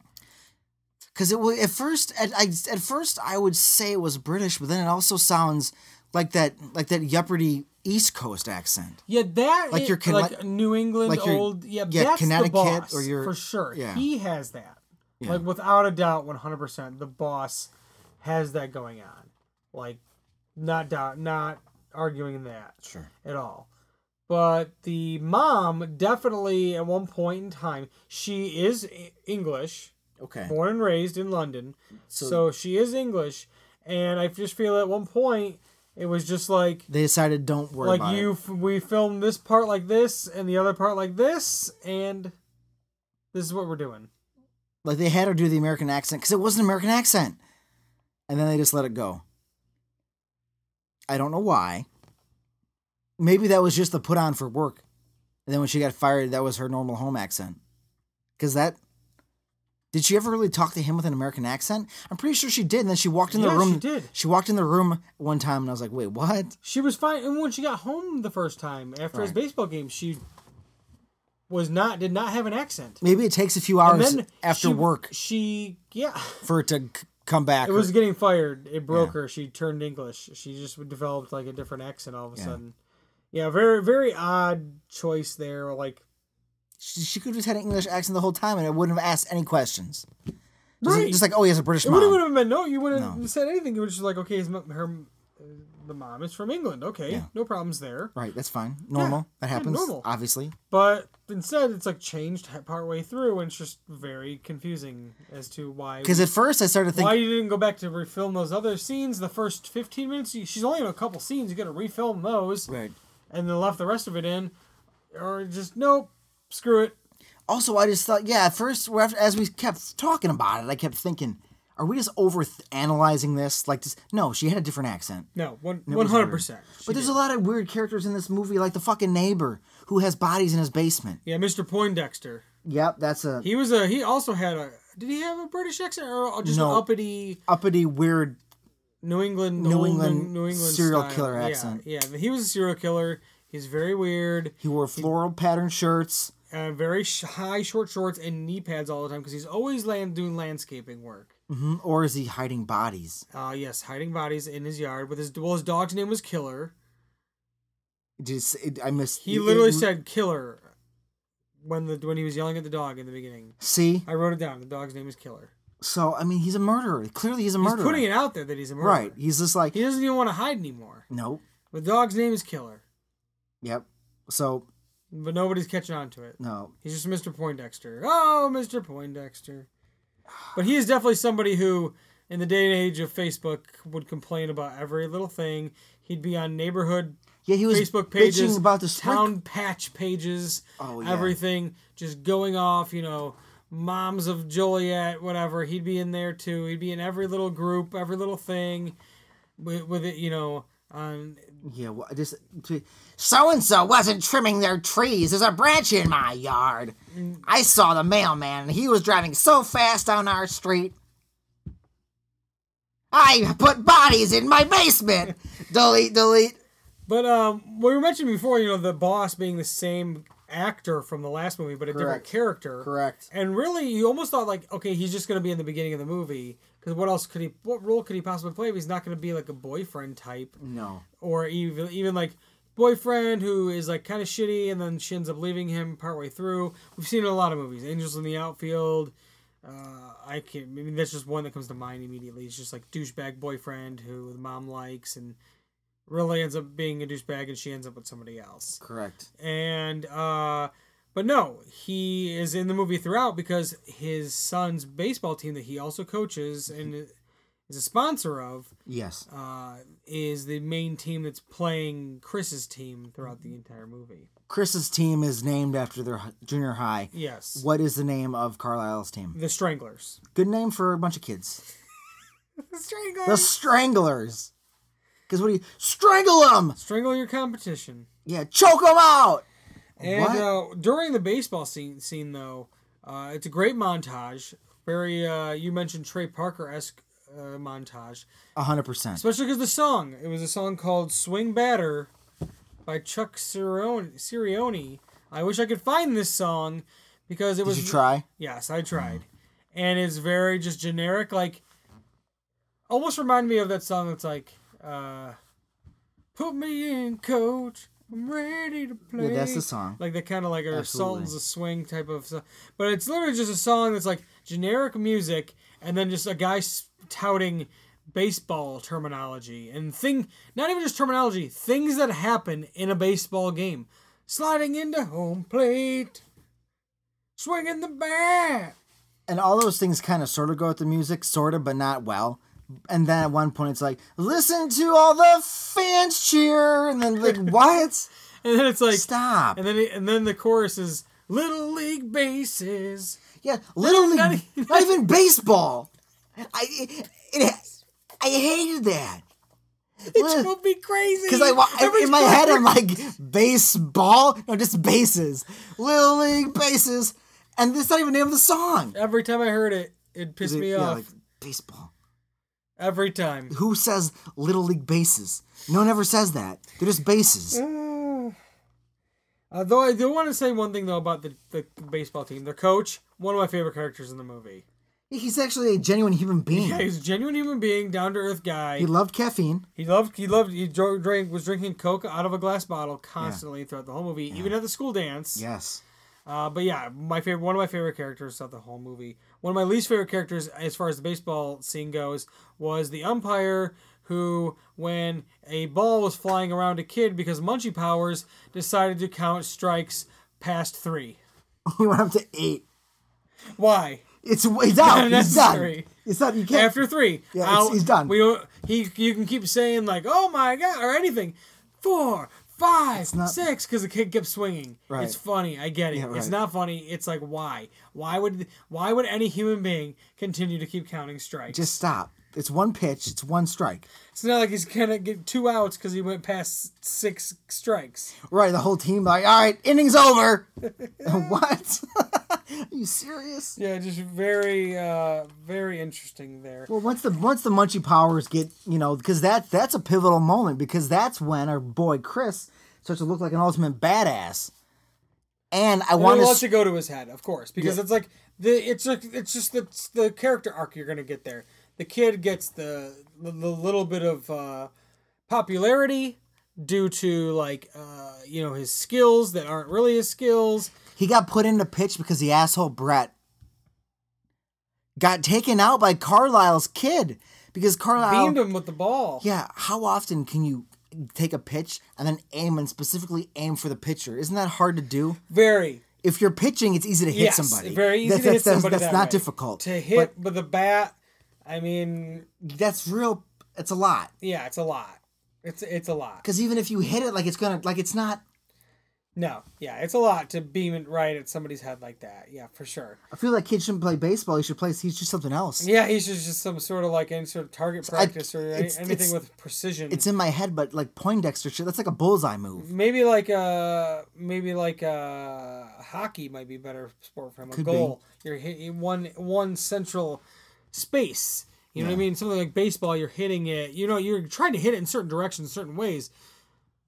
[SPEAKER 2] Because it was at first, at, I, at first I would say it was British, but then it also sounds like that, like that yupperty East Coast accent.
[SPEAKER 1] Yeah, that
[SPEAKER 2] Like
[SPEAKER 1] i-
[SPEAKER 2] your Conne-
[SPEAKER 1] like New England
[SPEAKER 2] like your-
[SPEAKER 1] old yeah,
[SPEAKER 2] yeah,
[SPEAKER 1] that's
[SPEAKER 2] Connecticut
[SPEAKER 1] the boss,
[SPEAKER 2] or your-
[SPEAKER 1] for sure.
[SPEAKER 2] yeah.
[SPEAKER 1] He has that.
[SPEAKER 2] Yeah.
[SPEAKER 1] Like without a doubt 100% the boss has that going on. Like not doubt not arguing that
[SPEAKER 2] Sure.
[SPEAKER 1] at all. But the mom definitely at one point in time she is E- English,
[SPEAKER 2] Okay.
[SPEAKER 1] born and raised in London.
[SPEAKER 2] So-
[SPEAKER 1] So, she is English and I just feel at one point it was just like
[SPEAKER 2] They decided don't worry about
[SPEAKER 1] like
[SPEAKER 2] it.
[SPEAKER 1] you f- we filmed this part like this and the other part like this and this is what we're doing
[SPEAKER 2] Like they had her do the American accent because it was an American accent, and then they just let it go. I don't know why. Maybe that was just the put on for work, and then when she got fired, that was her normal home accent. Because that. Did she ever really talk to him with an American accent? I'm pretty sure she did. And then she walked in the
[SPEAKER 1] Yeah,
[SPEAKER 2] room.
[SPEAKER 1] she did.
[SPEAKER 2] She walked in the room one time, and I was like, "Wait, what?"
[SPEAKER 1] she was fine and when she got home the first time after his
[SPEAKER 2] Right.
[SPEAKER 1] baseball game she was not did not have an accent
[SPEAKER 2] Maybe it takes a few
[SPEAKER 1] and
[SPEAKER 2] hours
[SPEAKER 1] then
[SPEAKER 2] after
[SPEAKER 1] she-
[SPEAKER 2] work
[SPEAKER 1] she yeah
[SPEAKER 2] for it to c- come back.
[SPEAKER 1] it was getting fired it broke her she turned english she just developed like a different accent all of a sudden yeah very very odd choice there like
[SPEAKER 2] she, she could have just had an English accent the whole time, and I wouldn't have asked any questions. Just,
[SPEAKER 1] right
[SPEAKER 2] just like, oh, he has a British
[SPEAKER 1] It
[SPEAKER 2] mom.
[SPEAKER 1] wouldn't have been no. You wouldn't have said anything. It was just like, okay, his, mo- her, uh, the mom is from England. Okay, no problems there.
[SPEAKER 2] Right, that's fine. Normal. that happens.
[SPEAKER 1] normal.
[SPEAKER 2] Obviously.
[SPEAKER 1] But instead, it's like changed ha- partway through, and it's just very confusing as to why.
[SPEAKER 2] Because at first I started
[SPEAKER 1] why
[SPEAKER 2] thinking,
[SPEAKER 1] you didn't go back to refilm those other scenes? The first fifteen minutes, you, she's only in a couple scenes. You got to refilm those,
[SPEAKER 2] right.
[SPEAKER 1] and then left the rest of it in, or just nope, screw it.
[SPEAKER 2] Also, I just thought, yeah, at first, we're after- as we kept talking about it, I kept thinking, are we just over analyzing this? Like this? No, she had a different accent.
[SPEAKER 1] No, one one hundred percent.
[SPEAKER 2] But there's a lot of weird characters in this movie, like the fucking neighbor who has bodies in his basement.
[SPEAKER 1] Yeah, Mr. Poindexter.
[SPEAKER 2] Yep, that's a
[SPEAKER 1] He was a. He also had a. Did he have a British accent or just
[SPEAKER 2] No.
[SPEAKER 1] an uppity?
[SPEAKER 2] uppity, weird.
[SPEAKER 1] New England,
[SPEAKER 2] New
[SPEAKER 1] old
[SPEAKER 2] England
[SPEAKER 1] New England
[SPEAKER 2] serial
[SPEAKER 1] style.
[SPEAKER 2] killer
[SPEAKER 1] Yeah,
[SPEAKER 2] accent.
[SPEAKER 1] Yeah, but he was a serial killer. He's very weird,
[SPEAKER 2] He wore floral pattern shirts.
[SPEAKER 1] uh, very sh- high short shorts and knee pads all the time because he's always land- doing landscaping work.
[SPEAKER 2] Mhm, Or is he hiding bodies?
[SPEAKER 1] Uh, yes, hiding bodies in his yard with his well, his dog's name was Killer.
[SPEAKER 2] Just, it, I missed.
[SPEAKER 1] He
[SPEAKER 2] it-
[SPEAKER 1] literally
[SPEAKER 2] it-
[SPEAKER 1] said Killer when the when he was yelling at the dog in the beginning.
[SPEAKER 2] See,
[SPEAKER 1] I wrote it down. The dog's name is Killer.
[SPEAKER 2] so I mean, he's a murderer. Clearly, he's a murderer.
[SPEAKER 1] He's putting it out there that he's a murderer.
[SPEAKER 2] right. He's just like,
[SPEAKER 1] He doesn't even want to hide anymore.
[SPEAKER 2] nope.
[SPEAKER 1] The dog's name is Killer,
[SPEAKER 2] Yep. So
[SPEAKER 1] but nobody's catching on to it.
[SPEAKER 2] no,
[SPEAKER 1] He's just Mr. Poindexter. Oh, Mr. Poindexter. But he is definitely somebody who in the day and age of Facebook, would complain about every little thing. He'd be on neighborhood
[SPEAKER 2] Yeah, he was
[SPEAKER 1] Facebook pages,
[SPEAKER 2] bitching about the sprint-
[SPEAKER 1] town patch pages,
[SPEAKER 2] Oh, yeah.
[SPEAKER 1] everything, just going off. You know, moms of Joliet, whatever. He'd be in there too. He'd be in every little group, every little thing, with, with it. You know, um, on
[SPEAKER 2] Yeah, well, just so and so wasn't trimming their trees. There's a branch in my yard.
[SPEAKER 1] Mm.
[SPEAKER 2] I saw the mailman, and he was driving so fast down our street. I put bodies in my basement. delete, delete.
[SPEAKER 1] But um, we were mentioning before, you know, the boss being the same actor from the last movie, but a different
[SPEAKER 2] Correct.
[SPEAKER 1] character.
[SPEAKER 2] Correct.
[SPEAKER 1] And really, you almost thought like, okay, he's just going to be in the beginning of the movie because what else could he? What role could he possibly play? If he's not going to be like a boyfriend type,
[SPEAKER 2] No.
[SPEAKER 1] or even even like boyfriend who is like kind of shitty and then she ends up leaving him partway through. We've seen it in a lot of movies, Angels in the Outfield. Uh, I can't. I mean, that's just one that comes to mind immediately. It's just like douchebag boyfriend who the mom likes and really ends up being a douchebag, and she ends up with somebody else
[SPEAKER 2] Correct.
[SPEAKER 1] and uh but no he is in the movie throughout because his son's baseball team that he also coaches and is a sponsor of
[SPEAKER 2] Yes.
[SPEAKER 1] uh is the main team that's playing chris's team throughout the entire movie
[SPEAKER 2] Chris's team is named after their hi- junior high.
[SPEAKER 1] yes
[SPEAKER 2] What is the name of Carlisle's team?
[SPEAKER 1] the stranglers
[SPEAKER 2] Good name for a bunch of kids.
[SPEAKER 1] the
[SPEAKER 2] The
[SPEAKER 1] stranglers
[SPEAKER 2] Stranglers. Because what do you strangle them?
[SPEAKER 1] strangle your competition
[SPEAKER 2] Yeah, choke them out.
[SPEAKER 1] And
[SPEAKER 2] What?
[SPEAKER 1] Uh, during the baseball scene, scene though, uh, it's a great montage. Very, uh, you mentioned Trey Parker esque uh, montage,
[SPEAKER 2] A hundred percent.
[SPEAKER 1] especially because the song. It was a song called "Swing Batter" by Chuck Sirione. Sirione. I wish I could find this song because it
[SPEAKER 2] Did
[SPEAKER 1] was.
[SPEAKER 2] you try?
[SPEAKER 1] Yes, I tried, and it's very just generic. Like, almost reminded me of that song that's like, uh, "Put me in, coach. I'm ready to play."
[SPEAKER 2] Yeah, that's the song.
[SPEAKER 1] like that kind of like a
[SPEAKER 2] Absolutely.
[SPEAKER 1] Sultan's a swing type of song. But it's literally just a song that's like generic music and then just a guy s- touting baseball terminology and thing not even just terminology things that happen in a baseball game sliding into home plate swinging the bat
[SPEAKER 2] And all those things kind of sort of go with the music, sort of, but not well. And then at one point, it's like, listen to all the fans cheer, and then like, what?
[SPEAKER 1] and then it's like
[SPEAKER 2] Stop.
[SPEAKER 1] and then it, and then the chorus is little league bases
[SPEAKER 2] Yeah, little
[SPEAKER 1] Not
[SPEAKER 2] league,
[SPEAKER 1] even-
[SPEAKER 2] not even baseball. I it, it, I hated that
[SPEAKER 1] it drove me crazy
[SPEAKER 2] because I wa-
[SPEAKER 1] Every
[SPEAKER 2] in my
[SPEAKER 1] time
[SPEAKER 2] head
[SPEAKER 1] we're
[SPEAKER 2] I'm like baseball, no, just bases, little league bases, and that's not even the name of the song.
[SPEAKER 1] Every time I heard it, it pissed me
[SPEAKER 2] yeah,
[SPEAKER 1] off.
[SPEAKER 2] like baseball.
[SPEAKER 1] Every time.
[SPEAKER 2] Who says little league bases? No one ever says that. They're just bases.
[SPEAKER 1] Uh, though I do want to say one thing though about the, the baseball team. Their coach, one of my favorite characters in the movie.
[SPEAKER 2] He's actually a genuine human being.
[SPEAKER 1] Yeah, he's a genuine human being, down to earth guy.
[SPEAKER 2] He
[SPEAKER 1] He,
[SPEAKER 2] loved caffeine.
[SPEAKER 1] loved he loved he dro- drank was drinking Coke out of a glass bottle constantly throughout the whole movie, even at the school dance.
[SPEAKER 2] Yes.
[SPEAKER 1] Uh, but yeah, my favorite one of my favorite characters throughout the whole movie. One of my least favorite characters, as far as the baseball scene goes, was the umpire who, when a ball was flying around a kid because Munchie Powers decided to count strikes past three.
[SPEAKER 2] He went up to eight.
[SPEAKER 1] Why?
[SPEAKER 2] It's he's out. He's done.
[SPEAKER 1] unnecessary.
[SPEAKER 2] It's not. You can't.
[SPEAKER 1] After three,
[SPEAKER 2] Yeah, it's- he's done.
[SPEAKER 1] We don't. He you can keep saying like, oh my god, or anything. Four, five,
[SPEAKER 2] not-
[SPEAKER 1] six, because the kid kept swinging.
[SPEAKER 2] Right.
[SPEAKER 1] It's funny. I get it.
[SPEAKER 2] Yeah,
[SPEAKER 1] It's
[SPEAKER 2] right.
[SPEAKER 1] not funny. It's like why? Why would why would any human being continue to keep counting strikes?
[SPEAKER 2] Just stop. It's one pitch. It's one strike.
[SPEAKER 1] it's not like he's gonna get two outs because he went past six strikes.
[SPEAKER 2] Right. The whole team like, all right, innings over. what? Are you serious?
[SPEAKER 1] Yeah, just very uh very interesting there.
[SPEAKER 2] Well, once the once the Munchie Powers get you know because that that's a pivotal moment because that's when our boy Chris starts to look like an ultimate badass, and I
[SPEAKER 1] Well,
[SPEAKER 2] want
[SPEAKER 1] let
[SPEAKER 2] to
[SPEAKER 1] you go to his head, of course, because
[SPEAKER 2] Yeah.
[SPEAKER 1] it's like the it's like it's just the the character arc you're gonna get there. The kid gets the the, the little bit of uh, popularity due to like uh, you know his skills that aren't really his skills.
[SPEAKER 2] he got put into pitch because the asshole Brett got taken out by Carlisle's kid because Carlisle
[SPEAKER 1] Beamed him with the ball.
[SPEAKER 2] yeah how often can you take a pitch and then aim and specifically aim for the pitcher isn't that hard to do
[SPEAKER 1] Very
[SPEAKER 2] if you're pitching it's easy to hit
[SPEAKER 1] yes,
[SPEAKER 2] somebody
[SPEAKER 1] very easy
[SPEAKER 2] That's-
[SPEAKER 1] to hit
[SPEAKER 2] that's- that's-
[SPEAKER 1] somebody.
[SPEAKER 2] that's
[SPEAKER 1] that
[SPEAKER 2] not
[SPEAKER 1] way.
[SPEAKER 2] difficult
[SPEAKER 1] to hit with a bat. I mean,
[SPEAKER 2] That's real. It's a lot
[SPEAKER 1] yeah, it's a lot. It's it's a lot.
[SPEAKER 2] because even if you hit it, like it's gonna, like it's not.
[SPEAKER 1] No, yeah, it's a lot to beam it right at somebody's head like that. Yeah, for sure.
[SPEAKER 2] I feel like kid shouldn't play baseball. He should play. He's just something else.
[SPEAKER 1] Yeah, he's just just some sort of like any sort of target
[SPEAKER 2] I-
[SPEAKER 1] practice or any-
[SPEAKER 2] it's-
[SPEAKER 1] anything
[SPEAKER 2] it's-
[SPEAKER 1] with precision.
[SPEAKER 2] It's in my head, but like Poindexter shit. That's like a bullseye move.
[SPEAKER 1] maybe like uh maybe like uh hockey might be a better sport for him. A
[SPEAKER 2] Could be.
[SPEAKER 1] goal, you're hitting one one central space. You know what I mean? Something like baseball, you're hitting it. You know, you're trying to hit it in certain directions, certain ways,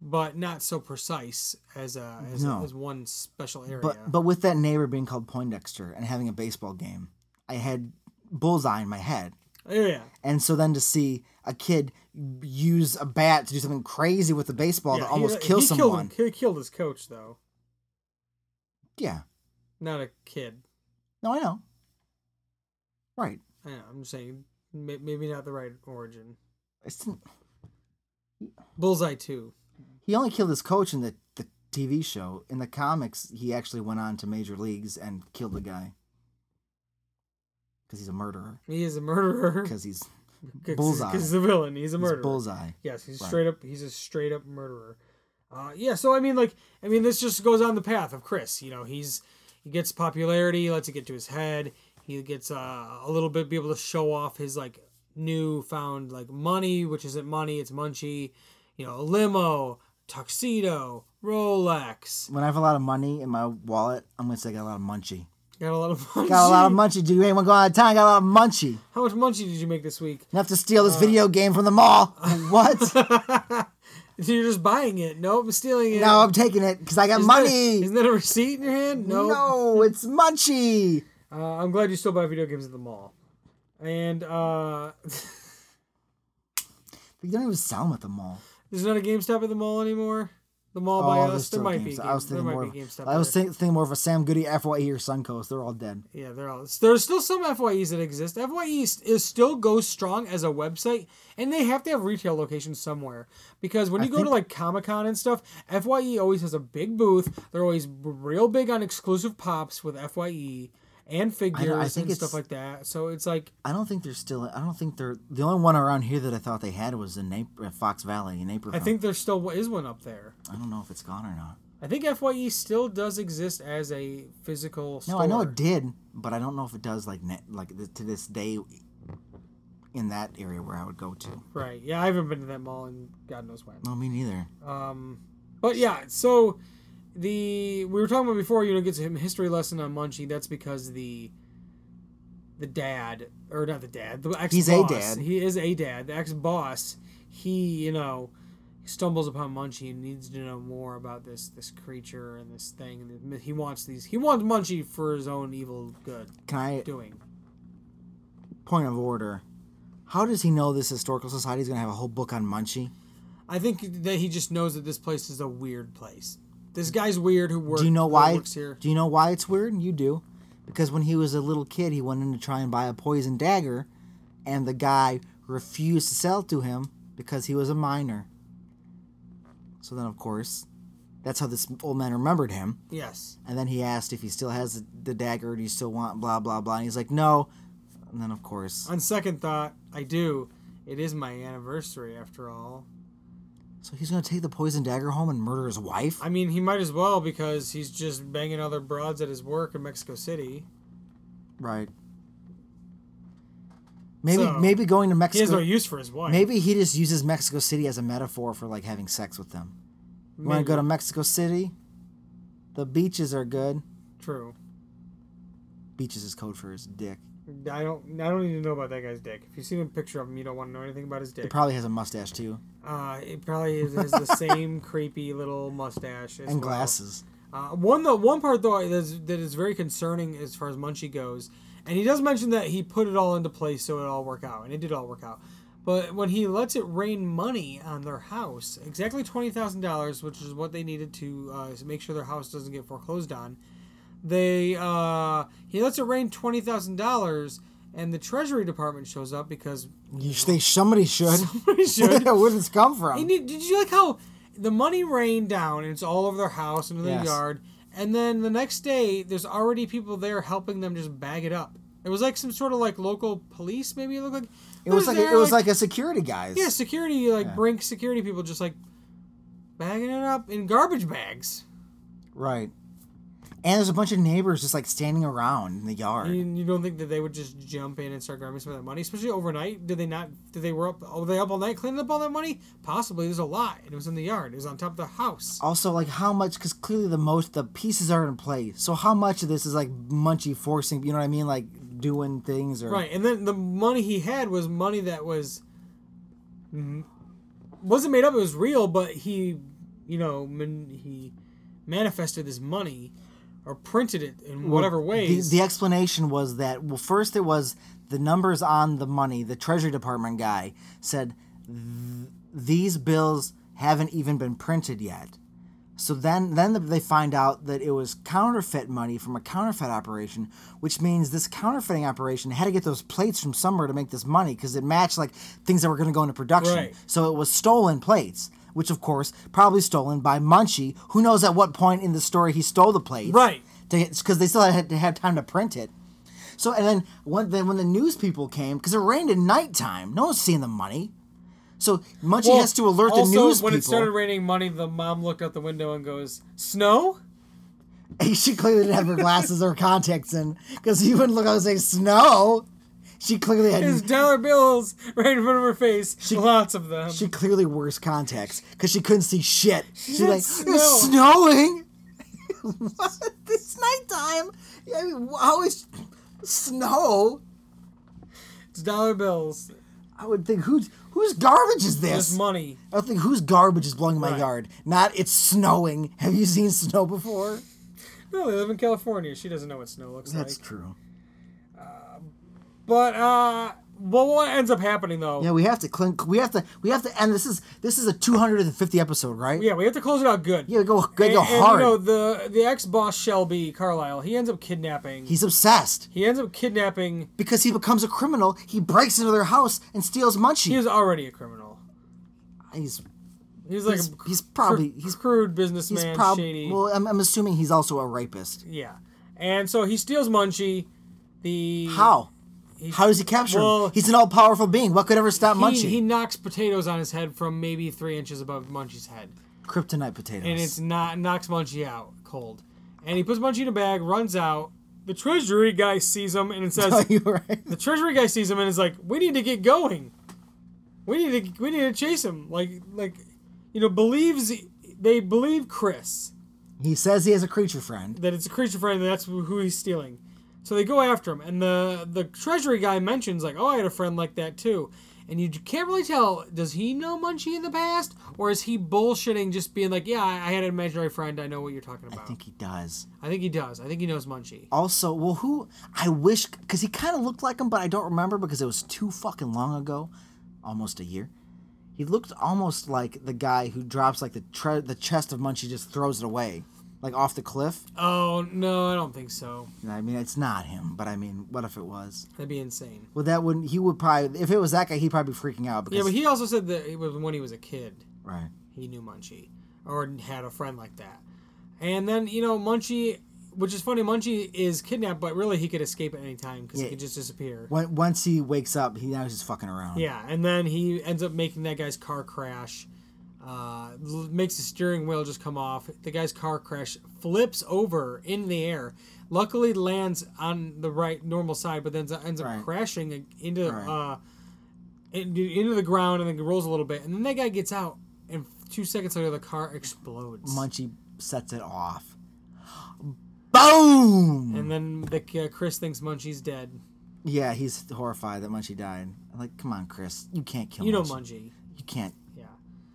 [SPEAKER 1] but not so precise as a as,
[SPEAKER 2] No.
[SPEAKER 1] as one special area.
[SPEAKER 2] But but with that neighbor being called Poindexter and having a baseball game, I had bullseye in my head.
[SPEAKER 1] Oh, yeah,
[SPEAKER 2] And so then to see a kid use a bat to do something crazy with the baseball
[SPEAKER 1] yeah,
[SPEAKER 2] to almost kill
[SPEAKER 1] he
[SPEAKER 2] someone.
[SPEAKER 1] Killed him, he killed his coach though,
[SPEAKER 2] Yeah.
[SPEAKER 1] not a kid.
[SPEAKER 2] No, I know. Right.
[SPEAKER 1] I know, I'm just saying, may- maybe not the right origin.
[SPEAKER 2] It's,
[SPEAKER 1] Bullseye two.
[SPEAKER 2] he only killed his coach in the, the TV show. In the comics, he actually went on to major leagues and killed the guy. Because he's a murderer.
[SPEAKER 1] He is a murderer.
[SPEAKER 2] Because he's, Bullseye.
[SPEAKER 1] Because he's a villain. He's a
[SPEAKER 2] he's
[SPEAKER 1] murderer.
[SPEAKER 2] bullseye.
[SPEAKER 1] Yes, he's
[SPEAKER 2] Right.
[SPEAKER 1] straight up. He's a straight up murderer. Uh, yeah. So I mean, like, I mean, this just goes on the path of Chris. You know, he's he gets popularity, he lets it get to his head. He gets uh, a little bit be able to show off his like newfound like money, which isn't money, it's munchie. You know, a limo, tuxedo, Rolex.
[SPEAKER 2] When I have a lot of money in my wallet, I'm going to say I got a lot of munchie.
[SPEAKER 1] Got a lot of munchie.
[SPEAKER 2] Got a lot of munchie, dude. You ain't going out of town. Got a lot of munchie.
[SPEAKER 1] How much munchie did you make this week?
[SPEAKER 2] Enough to steal
[SPEAKER 1] Uh.
[SPEAKER 2] this video game from the mall. what?
[SPEAKER 1] You're just buying it. Nope, I'm stealing it.
[SPEAKER 2] No, I'm taking it because I got
[SPEAKER 1] Isn't that-
[SPEAKER 2] money.
[SPEAKER 1] isn't that a receipt in your hand? No.
[SPEAKER 2] No, it's Munchie.
[SPEAKER 1] Uh, I'm glad you still buy video games at the mall. And uh,
[SPEAKER 2] They don't even sell them at the mall.
[SPEAKER 1] there's not a GameStop at the mall anymore. The mall by
[SPEAKER 2] Oh,
[SPEAKER 1] us.
[SPEAKER 2] there's
[SPEAKER 1] oh, There
[SPEAKER 2] still
[SPEAKER 1] might be.
[SPEAKER 2] games.
[SPEAKER 1] a
[SPEAKER 2] I was
[SPEAKER 1] Game- there
[SPEAKER 2] thinking
[SPEAKER 1] might
[SPEAKER 2] more.
[SPEAKER 1] be a
[SPEAKER 2] Of,
[SPEAKER 1] GameStop.
[SPEAKER 2] I was
[SPEAKER 1] there.
[SPEAKER 2] think, thinking more of a Sam Goody, FYE, or Suncoast. They're all dead.
[SPEAKER 1] Yeah, they're all. There's still some FYEs that exist. FYE s- is still goes strong as a website, and they have to have retail locations somewhere because when you go to
[SPEAKER 2] think-
[SPEAKER 1] like Comic Con and stuff, FYE always has a big booth. They're always real big on exclusive pops with FYE and figures
[SPEAKER 2] think
[SPEAKER 1] and
[SPEAKER 2] it's-
[SPEAKER 1] stuff like that. So it's like
[SPEAKER 2] I don't think they're still. I don't think they're. The only one around here that I thought they had was in Nap- uh, Fox Valley in Naperville.
[SPEAKER 1] I think there still is one up there.
[SPEAKER 2] I don't know if it's gone or not.
[SPEAKER 1] I think FYE still does exist as a physical
[SPEAKER 2] No,
[SPEAKER 1] store.
[SPEAKER 2] I know it did, but I don't know if it does. Like ne- like th- to this day, in that area where I would go to.
[SPEAKER 1] Right. Yeah, I haven't been to that mall in God knows when.
[SPEAKER 2] No, me neither.
[SPEAKER 1] Um, but yeah, so the we were talking about before, you know, gets him a history lesson on Munchie. That's because the the dad or not the dad, the ex
[SPEAKER 2] He's a dad.
[SPEAKER 1] He is a dad. The ex boss. He you know stumbles upon Munchie and needs to know more about this this creature and this thing, and he wants these. He wants Munchie for his own evil good
[SPEAKER 2] Can I?
[SPEAKER 1] doing.
[SPEAKER 2] Point of order. How does he know this historical society is going to have a whole book on Munchie?
[SPEAKER 1] I think that he just knows that this place is a weird place. This guy's weird who works.
[SPEAKER 2] Do you know why?
[SPEAKER 1] Works here.
[SPEAKER 2] Do you know why it's weird? You do, because when he was a little kid, he went in to try and buy a poison dagger, and the guy refused to sell it to him because he was a minor. So then, of course, that's how this old man remembered him.
[SPEAKER 1] Yes.
[SPEAKER 2] And then he asked if he still has the dagger. Do you still want blah blah blah? And he's like, no. And then, of course,
[SPEAKER 1] On second thought, I do. It is my anniversary after all.
[SPEAKER 2] so he's gonna take the poison dagger home and murder his wife.
[SPEAKER 1] I mean, he might as well because he's just banging other broads at his work in Mexico City.
[SPEAKER 2] Right. Maybe
[SPEAKER 1] So-
[SPEAKER 2] maybe going to
[SPEAKER 1] He has no
[SPEAKER 2] Mexico.
[SPEAKER 1] use for his wife.
[SPEAKER 2] Maybe he just uses Mexico City as a metaphor for like having sex with them. You want to
[SPEAKER 1] Maybe.
[SPEAKER 2] go to Mexico City? The beaches are good.
[SPEAKER 1] True.
[SPEAKER 2] Beaches is code for his dick.
[SPEAKER 1] I don't. I don't even know about that guy's dick. If you see a picture of him, you don't want to know anything about his
[SPEAKER 2] It
[SPEAKER 1] dick.
[SPEAKER 2] probably has a mustache too
[SPEAKER 1] Uh, it probably is, has the same creepy little mustache as
[SPEAKER 2] and
[SPEAKER 1] well.
[SPEAKER 2] glasses.
[SPEAKER 1] Uh, one the one part though that is, that is very concerning as far as Munchie goes, and he does mention that he put it all into place so it all work out, and it did all work out. But when he lets it rain money on their house, exactly twenty thousand dollars, which is what they needed to uh, make sure their house doesn't get foreclosed on, they uh, he lets it rain twenty thousand dollars, and the Treasury Department shows up because
[SPEAKER 2] You think somebody should?
[SPEAKER 1] Somebody should.
[SPEAKER 2] Where did this come from?
[SPEAKER 1] And you- did you like how the money rained down and it's all over their house and their
[SPEAKER 2] Yes.
[SPEAKER 1] yard? And then the next day, there's already people there helping them just bag it up. It was like some sort of like local police, maybe it looked like.
[SPEAKER 2] It was like
[SPEAKER 1] there,
[SPEAKER 2] it was like a security guy.
[SPEAKER 1] yeah, security like brink security people just like bagging it up in garbage bags.
[SPEAKER 2] Right. And there's a bunch of neighbors just like standing around in the yard.
[SPEAKER 1] You, you don't think that they would just jump in and start grabbing some of that money, especially overnight? Did they not? Did they were up? oh, Were they up all night cleaning up all that money? Possibly. There's a lot. It was in the yard. It was on top of the house.
[SPEAKER 2] Also, like how much? Because clearly the most the pieces are in place. So how much of this is like Munchie forcing? You know what I mean? Like doing things or
[SPEAKER 1] Right, and then the money he had was money that was wasn't made up; it was real. But he, you know, man, he manifested this money or printed it in whatever
[SPEAKER 2] The,
[SPEAKER 1] ways.
[SPEAKER 2] the explanation was that well, first it was the numbers on the money. The Treasury Department guy said "Th- these bills haven't even been printed yet. So then, then they find out that it was counterfeit money from a counterfeit operation, which means this counterfeiting operation had to get those plates from somewhere to make this money because it matched like things that were going to go into production.
[SPEAKER 1] Right.
[SPEAKER 2] So it was stolen plates, which of course probably stolen by Munchie. Who knows at what point in the story he stole the plates?
[SPEAKER 1] Right.
[SPEAKER 2] Because they still had to have time to print it. So and then when then when the news people came because it rained at nighttime, no one's seeing the money. So Munchie
[SPEAKER 1] Well,
[SPEAKER 2] has to alert
[SPEAKER 1] also,
[SPEAKER 2] the news
[SPEAKER 1] when
[SPEAKER 2] people.
[SPEAKER 1] it started raining money, the mom looked out the window and goes, "Snow."
[SPEAKER 2] she clearly didn't have her glasses or contacts in because you wouldn't look out and say snow. She clearly
[SPEAKER 1] His
[SPEAKER 2] had.
[SPEAKER 1] dollar bills right in front of her face. lots of them.
[SPEAKER 2] She clearly wears contacts because she couldn't see shit. She's like, it's
[SPEAKER 1] snow."
[SPEAKER 2] snowing. what? It's nighttime. I mean, how is snow?
[SPEAKER 1] it's dollar bills.
[SPEAKER 2] I would think who's whose garbage is this?
[SPEAKER 1] It's money.
[SPEAKER 2] I would think whose garbage is blowing in my
[SPEAKER 1] Right.
[SPEAKER 2] yard. Not it's snowing. Have you seen snow before?
[SPEAKER 1] No, they live in California. She doesn't know what snow looks like.
[SPEAKER 2] That's true.
[SPEAKER 1] But uh, well, what ends up happening though?
[SPEAKER 2] Yeah, we have to clink. We have to. We have to. And this is this is a 250 episode, right?
[SPEAKER 1] Yeah, we have to close it out good.
[SPEAKER 2] Yeah, go go,
[SPEAKER 1] and,
[SPEAKER 2] go
[SPEAKER 1] and,
[SPEAKER 2] hard.
[SPEAKER 1] you know the the ex boss Shelby Carlisle. He ends up kidnapping.
[SPEAKER 2] He's obsessed
[SPEAKER 1] he ends up kidnapping.
[SPEAKER 2] because he becomes a criminal. He breaks into their house and steals Munchie.
[SPEAKER 1] He was already a criminal.
[SPEAKER 2] he's
[SPEAKER 1] He's like
[SPEAKER 2] He's-
[SPEAKER 1] a
[SPEAKER 2] he's probably-
[SPEAKER 1] cr-
[SPEAKER 2] he's-
[SPEAKER 1] crude
[SPEAKER 2] he's
[SPEAKER 1] businessman,
[SPEAKER 2] probably
[SPEAKER 1] shady.
[SPEAKER 2] well. I'm, I'm assuming he's also a rapist.
[SPEAKER 1] yeah, and so he steals Munchie. The
[SPEAKER 2] How? How does he capture
[SPEAKER 1] well-
[SPEAKER 2] him? He's an all-powerful being. What could ever stop
[SPEAKER 1] he,
[SPEAKER 2] Munchie?
[SPEAKER 1] he knocks potatoes on his head from maybe three inches above Munchie's head.
[SPEAKER 2] Kryptonite potatoes.
[SPEAKER 1] and it's not knocks Munchie out cold. And he puts Munchie in a bag, runs out. The treasury guy sees him and it
[SPEAKER 2] Are
[SPEAKER 1] says
[SPEAKER 2] you right?
[SPEAKER 1] the treasury guy sees him and is like, "We need to get going. We need to we need to chase him." Like like you know, believes they believe Chris
[SPEAKER 2] He says he has a creature friend.
[SPEAKER 1] that it's a creature friend and that's who he's stealing. So they go after him and the the treasury guy mentions like, "Oh, I had a friend like that too." And you can't really tell does he know Munchie in the past or is he bullshitting just being like, "Yeah, I I had an imaginary friend. I know what you're talking about."
[SPEAKER 2] I think he does.
[SPEAKER 1] I think he does. I think he knows Munchie.
[SPEAKER 2] Also, well, who I wish because he kind of looked like him, but I don't remember because it was too fucking long ago, almost a year. He looked almost like the guy who drops like the tre- the chest of Munchie just throws it away, like off the cliff.
[SPEAKER 1] Oh no, I don't think so.
[SPEAKER 2] I mean, it's not him, but I mean, what if it was?
[SPEAKER 1] That'd be insane.
[SPEAKER 2] Well, that wouldn't. He would probably if it was that guy, he'd probably be freaking out because
[SPEAKER 1] Yeah, but he also said that it was when he was a kid,
[SPEAKER 2] right.
[SPEAKER 1] he knew Munchie or had a friend like that. And then you know Munchie, which is funny. Munchie is kidnapped, but really he could escape at any time because
[SPEAKER 2] Yeah.
[SPEAKER 1] he could just disappear.
[SPEAKER 2] When, once he wakes up, he now he's just fucking around.
[SPEAKER 1] Yeah, and then he ends up making that guy's car crash. Uh, l- makes the steering wheel just come off. The guy's car crash flips over in the air. Luckily, lands on the right normal side, but then ends up
[SPEAKER 2] Right.
[SPEAKER 1] crashing into
[SPEAKER 2] Right.
[SPEAKER 1] uh, in- into the ground and then rolls a little bit. And then that guy gets out, and two seconds later, the car explodes.
[SPEAKER 2] Munchie sets it off. Boom.
[SPEAKER 1] And then the uh, Chris thinks Munchie's dead.
[SPEAKER 2] Yeah, he's horrified that Munchie died. I'm like, come on, Chris, you can't kill.
[SPEAKER 1] You know
[SPEAKER 2] Munchie.
[SPEAKER 1] Munchie,
[SPEAKER 2] You can't.
[SPEAKER 1] yeah.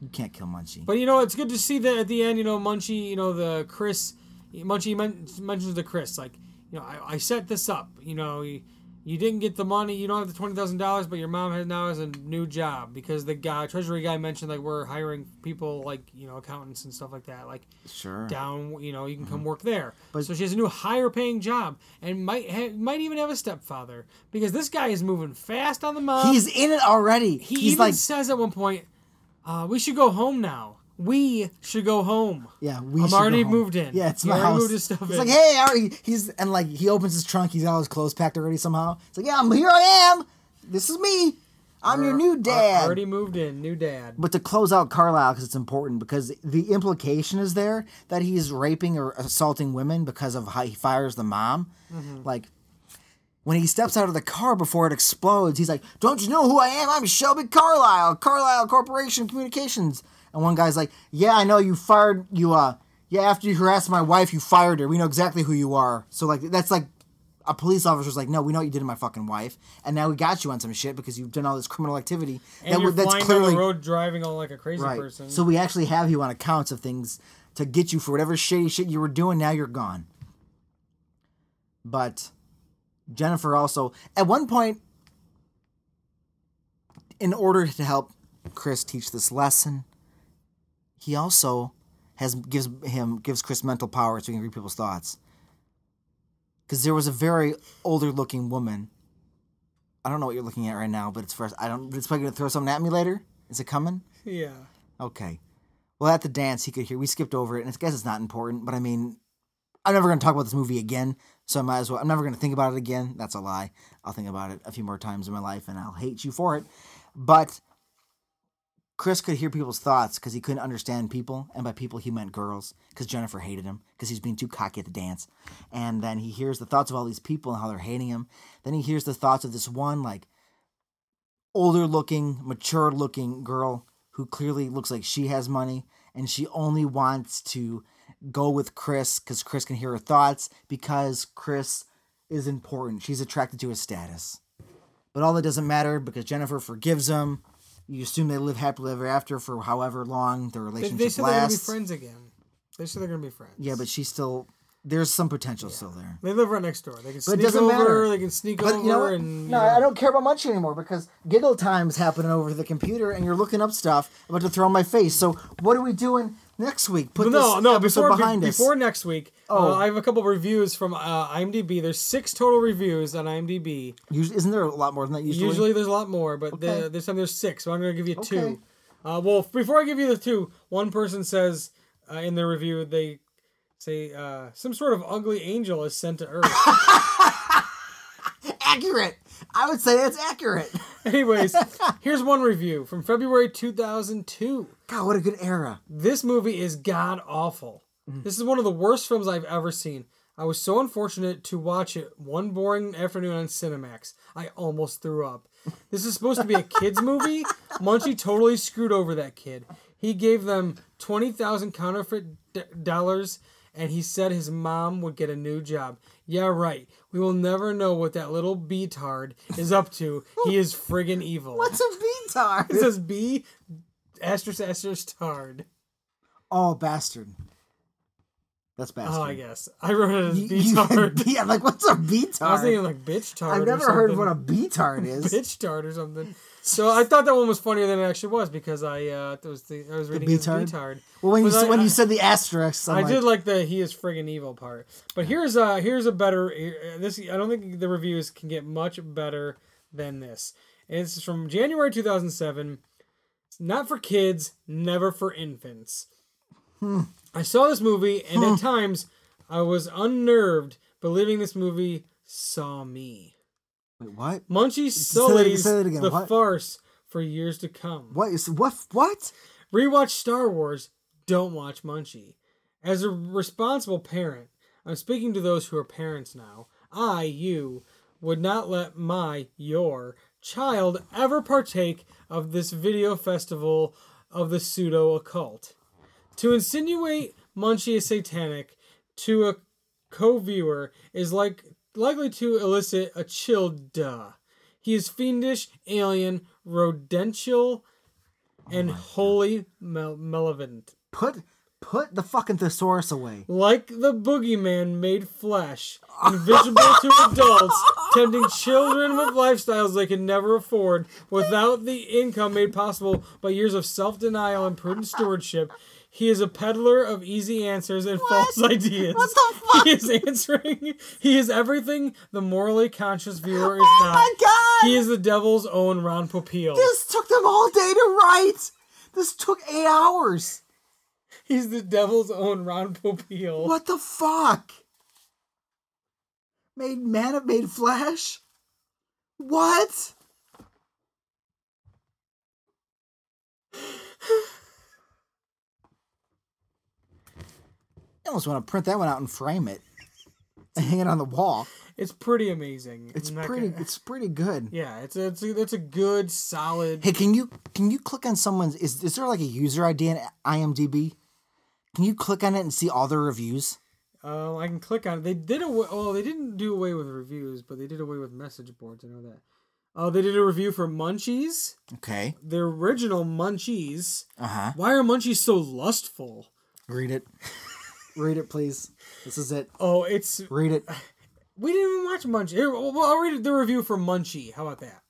[SPEAKER 2] You can't kill Munchie.
[SPEAKER 1] But you know, it's good to see that at the end. You know, Munchie. You know, the Chris. Munchie men- mentions the Chris, like, you know, I, I set this up. You know, you, you didn't get the money. You don't have the twenty thousand dollars, but your mom has now has a new job because the guy treasury guy mentioned like we're hiring people like you know accountants and stuff like that. Like
[SPEAKER 2] sure.
[SPEAKER 1] down, you know, you can come work there. so she has a new higher paying job and might ha- might even have a stepfather because this guy is moving fast on the mom.
[SPEAKER 2] He's in it already.
[SPEAKER 1] He
[SPEAKER 2] he's
[SPEAKER 1] even
[SPEAKER 2] like,
[SPEAKER 1] says at one point, uh, "We should go home now. we should go home.
[SPEAKER 2] Yeah, we.
[SPEAKER 1] I'm
[SPEAKER 2] should go
[SPEAKER 1] already
[SPEAKER 2] home.
[SPEAKER 1] moved in.
[SPEAKER 2] Yeah, it's
[SPEAKER 1] He
[SPEAKER 2] my
[SPEAKER 1] already
[SPEAKER 2] house.
[SPEAKER 1] moved his stuff
[SPEAKER 2] he's
[SPEAKER 1] in.
[SPEAKER 2] like, hey, I already, he's and like he opens his trunk. He's got all his clothes packed already. Somehow, it's like, yeah, I'm here. I am. This is me. I'm your new
[SPEAKER 1] I
[SPEAKER 2] dad.
[SPEAKER 1] Uh, already moved in, new dad.
[SPEAKER 2] but to close out Carlisle because it's important because the implication is there that he's raping or assaulting women because of how he fires the mom.
[SPEAKER 1] Mm-hmm.
[SPEAKER 2] Like when he steps out of the car before it explodes, he's like, "Don't you know who I am? I'm Shelby Carlisle, Carlisle Corporation Communications." And one guy's like, "Yeah, I know you fired you. Uh, yeah, after you harassed my wife, you fired her. We know exactly who you are." So like that's like. A police officer's like, no, we know what you did to my fucking wife, and now we got you on some shit because you've done all this criminal activity
[SPEAKER 1] And you're flying down the road driving all like a crazy
[SPEAKER 2] Right.
[SPEAKER 1] person.
[SPEAKER 2] So we actually have you on accounts of things to get you for whatever shady shit you were doing. Now you're gone. But Jennifer also, at one point, in order to help Chris teach this lesson, he also has gives him gives Chris mental power so he can read people's thoughts. Because there was a very older looking woman. I don't know what you're looking at right now, but it's first. I don't. It's probably gonna throw something at me later. Is it coming?
[SPEAKER 1] yeah.
[SPEAKER 2] Okay. Well, at the dance, he could hear. We skipped over it, and I guess it's not important. But I mean, I'm never going to talk about this movie again, so I might as well. I'm never going to think about it again. That's a lie. I'll think about it a few more times in my life, and I'll hate you for it. But Chris could hear people's thoughts because he couldn't understand people, and by people he meant girls because Jennifer hated him because he's being too cocky at the dance. And then he hears the thoughts of all these people and how they're hating him. Then he hears the thoughts of this one like older looking, mature looking girl who clearly looks like she has money and she only wants to go with Chris because Chris can hear her thoughts because Chris is important. She's attracted to his status. But all that doesn't matter because Jennifer forgives him. You assume they live happily ever after for however long their
[SPEAKER 1] They,
[SPEAKER 2] relationship
[SPEAKER 1] they said they're gonna be
[SPEAKER 2] lasts.
[SPEAKER 1] friends again. They said they're gonna be friends.
[SPEAKER 2] yeah, but she still there's some potential still there.
[SPEAKER 1] they live right next door. They can
[SPEAKER 2] But it
[SPEAKER 1] sneak
[SPEAKER 2] doesn't
[SPEAKER 1] over.
[SPEAKER 2] matter.
[SPEAKER 1] They can sneak
[SPEAKER 2] But
[SPEAKER 1] over
[SPEAKER 2] you know what?
[SPEAKER 1] and
[SPEAKER 2] no, I don't care about much anymore because giggle time's happening over the computer, and you're looking up stuff about to throw in my face. So what are we doing next week? Put
[SPEAKER 1] no,
[SPEAKER 2] this
[SPEAKER 1] no.
[SPEAKER 2] episode
[SPEAKER 1] Before be-
[SPEAKER 2] behind us.
[SPEAKER 1] before next week,
[SPEAKER 2] Oh.
[SPEAKER 1] uh, I have a couple reviews from uh, IMDb. There's six total reviews on IMDb.
[SPEAKER 2] Usually, isn't there a lot more than that usually?
[SPEAKER 1] Usually there's a lot more, but the-
[SPEAKER 2] Okay.
[SPEAKER 1] this time there's six. So I'm gonna give you
[SPEAKER 2] Okay.
[SPEAKER 1] two. Uh, well, f- before I give you the two, one person says uh, in their review they say uh, some sort of ugly angel is sent to Earth.
[SPEAKER 2] accurate. I would say that's accurate.
[SPEAKER 1] Anyways, here's one review from February 2002.
[SPEAKER 2] God, what a good era.
[SPEAKER 1] This movie is god awful. This is one of the worst films I've ever seen. I was so unfortunate to watch it one boring afternoon on Cinemax. I almost threw up. This is supposed to be a kids movie. Munchie totally screwed over that kid. He gave them 20,000 counterfeit d- dollars and he said his mom would get a new job. Yeah, right. We will never know what that little beatard is up to. He is friggin' evil.
[SPEAKER 2] What's a
[SPEAKER 1] It
[SPEAKER 2] beatar?
[SPEAKER 1] says B asterisk asterisk tard.
[SPEAKER 2] oh, bastard. That's bastard.
[SPEAKER 1] Oh, I guess I wrote it as
[SPEAKER 2] You- you said
[SPEAKER 1] beatard.
[SPEAKER 2] be- I'm like, what's a beatar?
[SPEAKER 1] I was thinking like bitch tard.
[SPEAKER 2] I've
[SPEAKER 1] or
[SPEAKER 2] never heard of what a
[SPEAKER 1] something.
[SPEAKER 2] beatard is.
[SPEAKER 1] bitch tard or something. So I thought that one was funnier than it actually was because I uh, that was the I was reading as
[SPEAKER 2] beatard?
[SPEAKER 1] beatard.
[SPEAKER 2] Well, when you
[SPEAKER 1] But
[SPEAKER 2] s
[SPEAKER 1] I-
[SPEAKER 2] when
[SPEAKER 1] I-
[SPEAKER 2] you said the asterisk, i
[SPEAKER 1] I did like the he is friggin' evil part. But here's uh here's a better uh, this I don't think the reviews can get much better than this. And this is from January 2007. It's not for kids, never for infants.
[SPEAKER 2] Hmm.
[SPEAKER 1] I saw this movie and at times I was unnerved believing this movie saw me.
[SPEAKER 2] Wait, what?
[SPEAKER 1] Munchie
[SPEAKER 2] that ag-
[SPEAKER 1] sullies
[SPEAKER 2] say that again,
[SPEAKER 1] the
[SPEAKER 2] what?
[SPEAKER 1] farce for years to come.
[SPEAKER 2] What is what? What?
[SPEAKER 1] Rewatch Star Wars, don't watch Munchie. As a responsible parent, I'm speaking to those who are parents now. I, you, would not let my, your child ever partake of this video festival of the pseudo occult. To insinuate Munchie is satanic to a co-viewer is like likely to elicit a chill duh. He is fiendish, alien, rodential, and wholly mel- malevolent.
[SPEAKER 2] Put put the fucking thesaurus away.
[SPEAKER 1] Like the boogeyman made flesh, invisible to adults, tempting children with lifestyles they could never afford without the income made possible by years of self denial and prudent stewardship. He is a peddler of easy answers and false ideas.
[SPEAKER 2] What the fuck?
[SPEAKER 1] He is answering. He is everything the morally conscious viewer is
[SPEAKER 2] Oh
[SPEAKER 1] not.
[SPEAKER 2] my God!
[SPEAKER 1] He is the devil's own Ron Popeil.
[SPEAKER 2] This took them all day to write. This took eight hours.
[SPEAKER 1] He's the devil's own Ron Popeil.
[SPEAKER 2] What the fuck? Made Mana made Flash? What? I almost want to print that one out and frame it. And hang it on the wall.
[SPEAKER 1] It's pretty amazing.
[SPEAKER 2] It's
[SPEAKER 1] I'm not
[SPEAKER 2] pretty
[SPEAKER 1] gonna-
[SPEAKER 2] it's pretty good.
[SPEAKER 1] yeah, it's a, it's a that's a good solid.
[SPEAKER 2] Hey, can you can you click on someone's is is there like a user ID in IMDb? Can you click on it and see all their reviews?
[SPEAKER 1] Uh, I can click on it. They did away. Oh, they didn't do away with reviews, but they did away with message boards. I know that. Oh, they did a review for Munchies,
[SPEAKER 2] Okay.
[SPEAKER 1] the original Munchies.
[SPEAKER 2] Uh-huh.
[SPEAKER 1] Why are Munchies so lustful?
[SPEAKER 2] Read it. read it, please. This is it.
[SPEAKER 1] Oh, it's
[SPEAKER 2] Read it.
[SPEAKER 1] we didn't even watch Munchie. Here, Well, I'll read the review for Munchie. How about that?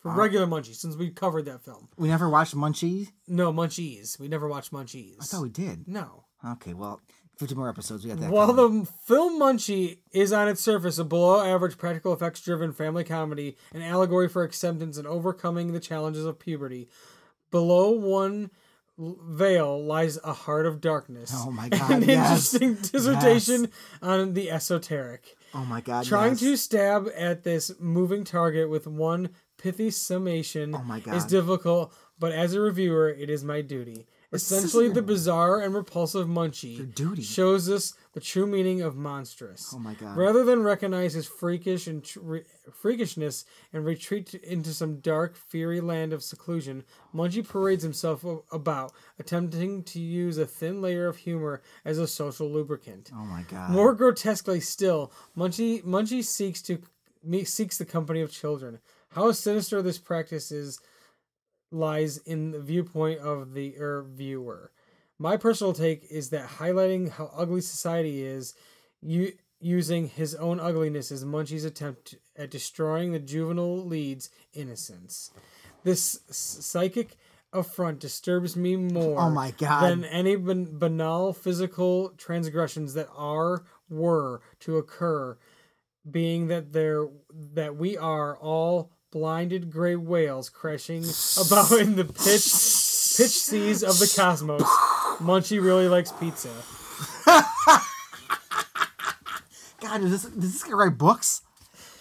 [SPEAKER 1] For
[SPEAKER 2] Uh-huh.
[SPEAKER 1] regular Munchie, since we covered that film.
[SPEAKER 2] We never watched Munchie.
[SPEAKER 1] No Munchies. We never watched Munchies.
[SPEAKER 2] I thought we did.
[SPEAKER 1] no.
[SPEAKER 2] Okay, well, 50 more episodes. We got that.
[SPEAKER 1] While
[SPEAKER 2] covered.
[SPEAKER 1] the film Munchie is on its surface a below average practical effects driven family comedy, an allegory for acceptance and overcoming the challenges of puberty, below one l- veil lies a heart of darkness.
[SPEAKER 2] Oh my
[SPEAKER 1] An
[SPEAKER 2] God, yes.
[SPEAKER 1] interesting dissertation on the esoteric.
[SPEAKER 2] oh my god,
[SPEAKER 1] Trying
[SPEAKER 2] yes.
[SPEAKER 1] to stab at this moving target with one pithy summation
[SPEAKER 2] Oh my
[SPEAKER 1] is
[SPEAKER 2] God.
[SPEAKER 1] difficult, but as a reviewer, it is my duty. Essentially, the bizarre and repulsive Munchie
[SPEAKER 2] duty.
[SPEAKER 1] shows us the true meaning of monstrous.
[SPEAKER 2] Oh my God.
[SPEAKER 1] Rather than recognize his freakish and tr- re- freakishness and retreat into some dark, fiery land of seclusion, Munchie parades himself a- about, attempting to use a thin layer of humor as a social lubricant.
[SPEAKER 2] Oh my god.
[SPEAKER 1] More grotesquely still, Munchie Munchie seeks to me, seeks the company of children. How sinister this practice is lies in the viewpoint of the er, viewer. My personal take is that highlighting how ugly society is, u- using his own ugliness is Munchie's attempt at destroying the juvenile lead's innocence. This s- psychic affront disturbs me more
[SPEAKER 2] Oh my God.
[SPEAKER 1] than any ban- banal physical transgressions that are were to occur being that there that we are all blinded gray whales crashing about in the pitch pitch seas of the cosmos. Munchie really likes pizza.
[SPEAKER 2] God, does this, does this guy write books?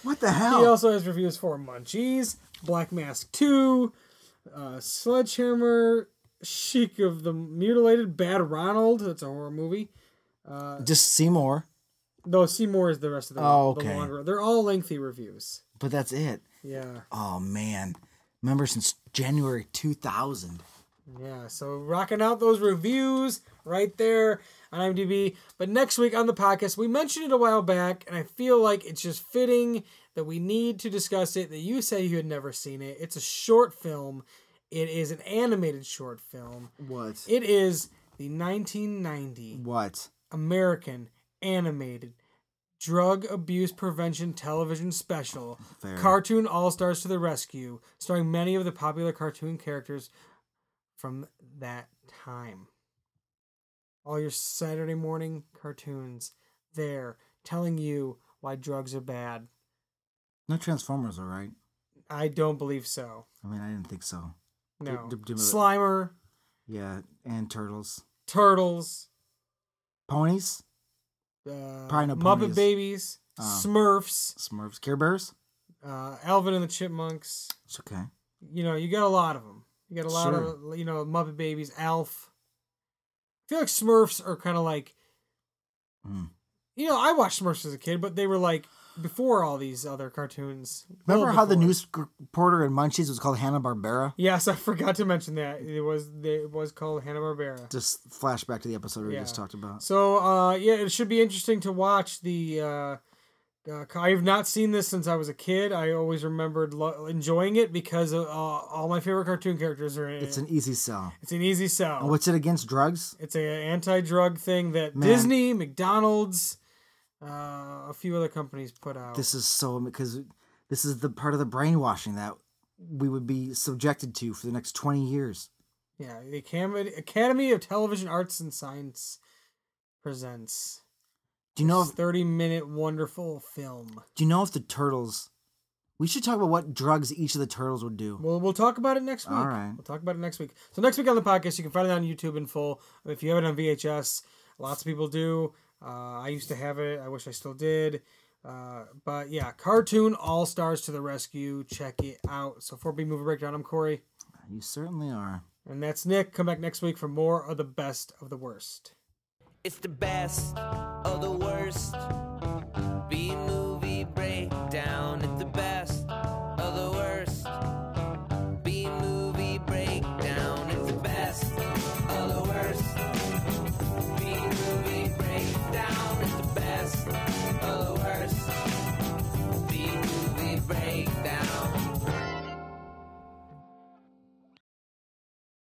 [SPEAKER 2] What the hell?
[SPEAKER 1] He also has reviews for Munchies, Black Mask 2, uh, Sledgehammer, Sheik of the Mutilated, Bad Ronald. That's a horror movie.
[SPEAKER 2] Just Seymour,
[SPEAKER 1] No, Seymour is the rest of the,
[SPEAKER 2] Oh,
[SPEAKER 1] the
[SPEAKER 2] okay.
[SPEAKER 1] longer. They're all lengthy reviews.
[SPEAKER 2] but that's it.
[SPEAKER 1] Yeah.
[SPEAKER 2] Oh man, remember since January 2000.
[SPEAKER 1] Yeah, so rocking out those reviews right there on IMDb. But next week on the podcast, we mentioned it a while back, and I feel like it's just fitting that we need to discuss it. That you say you had never seen it. It's a short film. It is an animated short film.
[SPEAKER 2] What?
[SPEAKER 1] It is the 1990
[SPEAKER 2] what?
[SPEAKER 1] American animated drug abuse prevention television special,
[SPEAKER 2] Fair.
[SPEAKER 1] Cartoon All Stars to the Rescue, starring many of the popular cartoon characters from that time. All your Saturday morning cartoons there telling you why drugs are bad.
[SPEAKER 2] No Transformers, all right.
[SPEAKER 1] I don't believe so.
[SPEAKER 2] I mean, I didn't think so.
[SPEAKER 1] No.
[SPEAKER 2] D- d- d-
[SPEAKER 1] Slimer,
[SPEAKER 2] Yeah, and turtles,
[SPEAKER 1] Turtles,
[SPEAKER 2] ponies,
[SPEAKER 1] uh,
[SPEAKER 2] Probably no
[SPEAKER 1] Muppet
[SPEAKER 2] ponies.
[SPEAKER 1] Babies,
[SPEAKER 2] Oh.
[SPEAKER 1] Smurfs,
[SPEAKER 2] Smurfs, Care Bears.
[SPEAKER 1] uh, Alvin and the Chipmunks.
[SPEAKER 2] It's okay.
[SPEAKER 1] you know, you got a lot of them. You got a lot
[SPEAKER 2] Sure.
[SPEAKER 1] of, you know, Muppet Babies, Alf. I feel like Smurfs are kind of like,
[SPEAKER 2] Mm.
[SPEAKER 1] you know, I watched Smurfs as a kid, but they were like before all these other cartoons. well
[SPEAKER 2] Remember how the
[SPEAKER 1] before.
[SPEAKER 2] news reporter in Munchies was called Hanna Barbera?
[SPEAKER 1] Yes, I forgot to mention that it was it was called Hanna Barbera.
[SPEAKER 2] Just flashback to the episode we
[SPEAKER 1] Yeah.
[SPEAKER 2] just talked about.
[SPEAKER 1] So, uh, yeah, it should be interesting to watch the. Uh, uh, I have not seen this since I was a kid. I always remembered lo- enjoying it because uh, all my favorite cartoon characters are in it.
[SPEAKER 2] It's an easy sell.
[SPEAKER 1] it's an easy sell.
[SPEAKER 2] And what's it against drugs?
[SPEAKER 1] It's a anti-drug thing that
[SPEAKER 2] Man.
[SPEAKER 1] Disney, McDonald's, uh, a few other companies put out.
[SPEAKER 2] This is so because this is the part of the brainwashing that we would be subjected to for the next 20 years.
[SPEAKER 1] yeah, the Acam- Academy of Television Arts and Science presents
[SPEAKER 2] Do you know if,
[SPEAKER 1] thirty-minute wonderful film.
[SPEAKER 2] do you know if the turtles We should talk about what drugs each of the turtles would do.
[SPEAKER 1] We'll, we'll talk about it next week.
[SPEAKER 2] All right.
[SPEAKER 1] We'll talk about it next week. So next week on the podcast, you can find it on YouTube in full. If you have it on VHS, lots of people do. Uh, I used to have it. I wish I still did. Uh, but yeah, cartoon all stars to the rescue. Check it out. So for B movie breakdown, I'm Corey,
[SPEAKER 2] You certainly are.
[SPEAKER 1] and that's Nick. Come back next week for more of the best of the worst.
[SPEAKER 3] It's the best of the worst.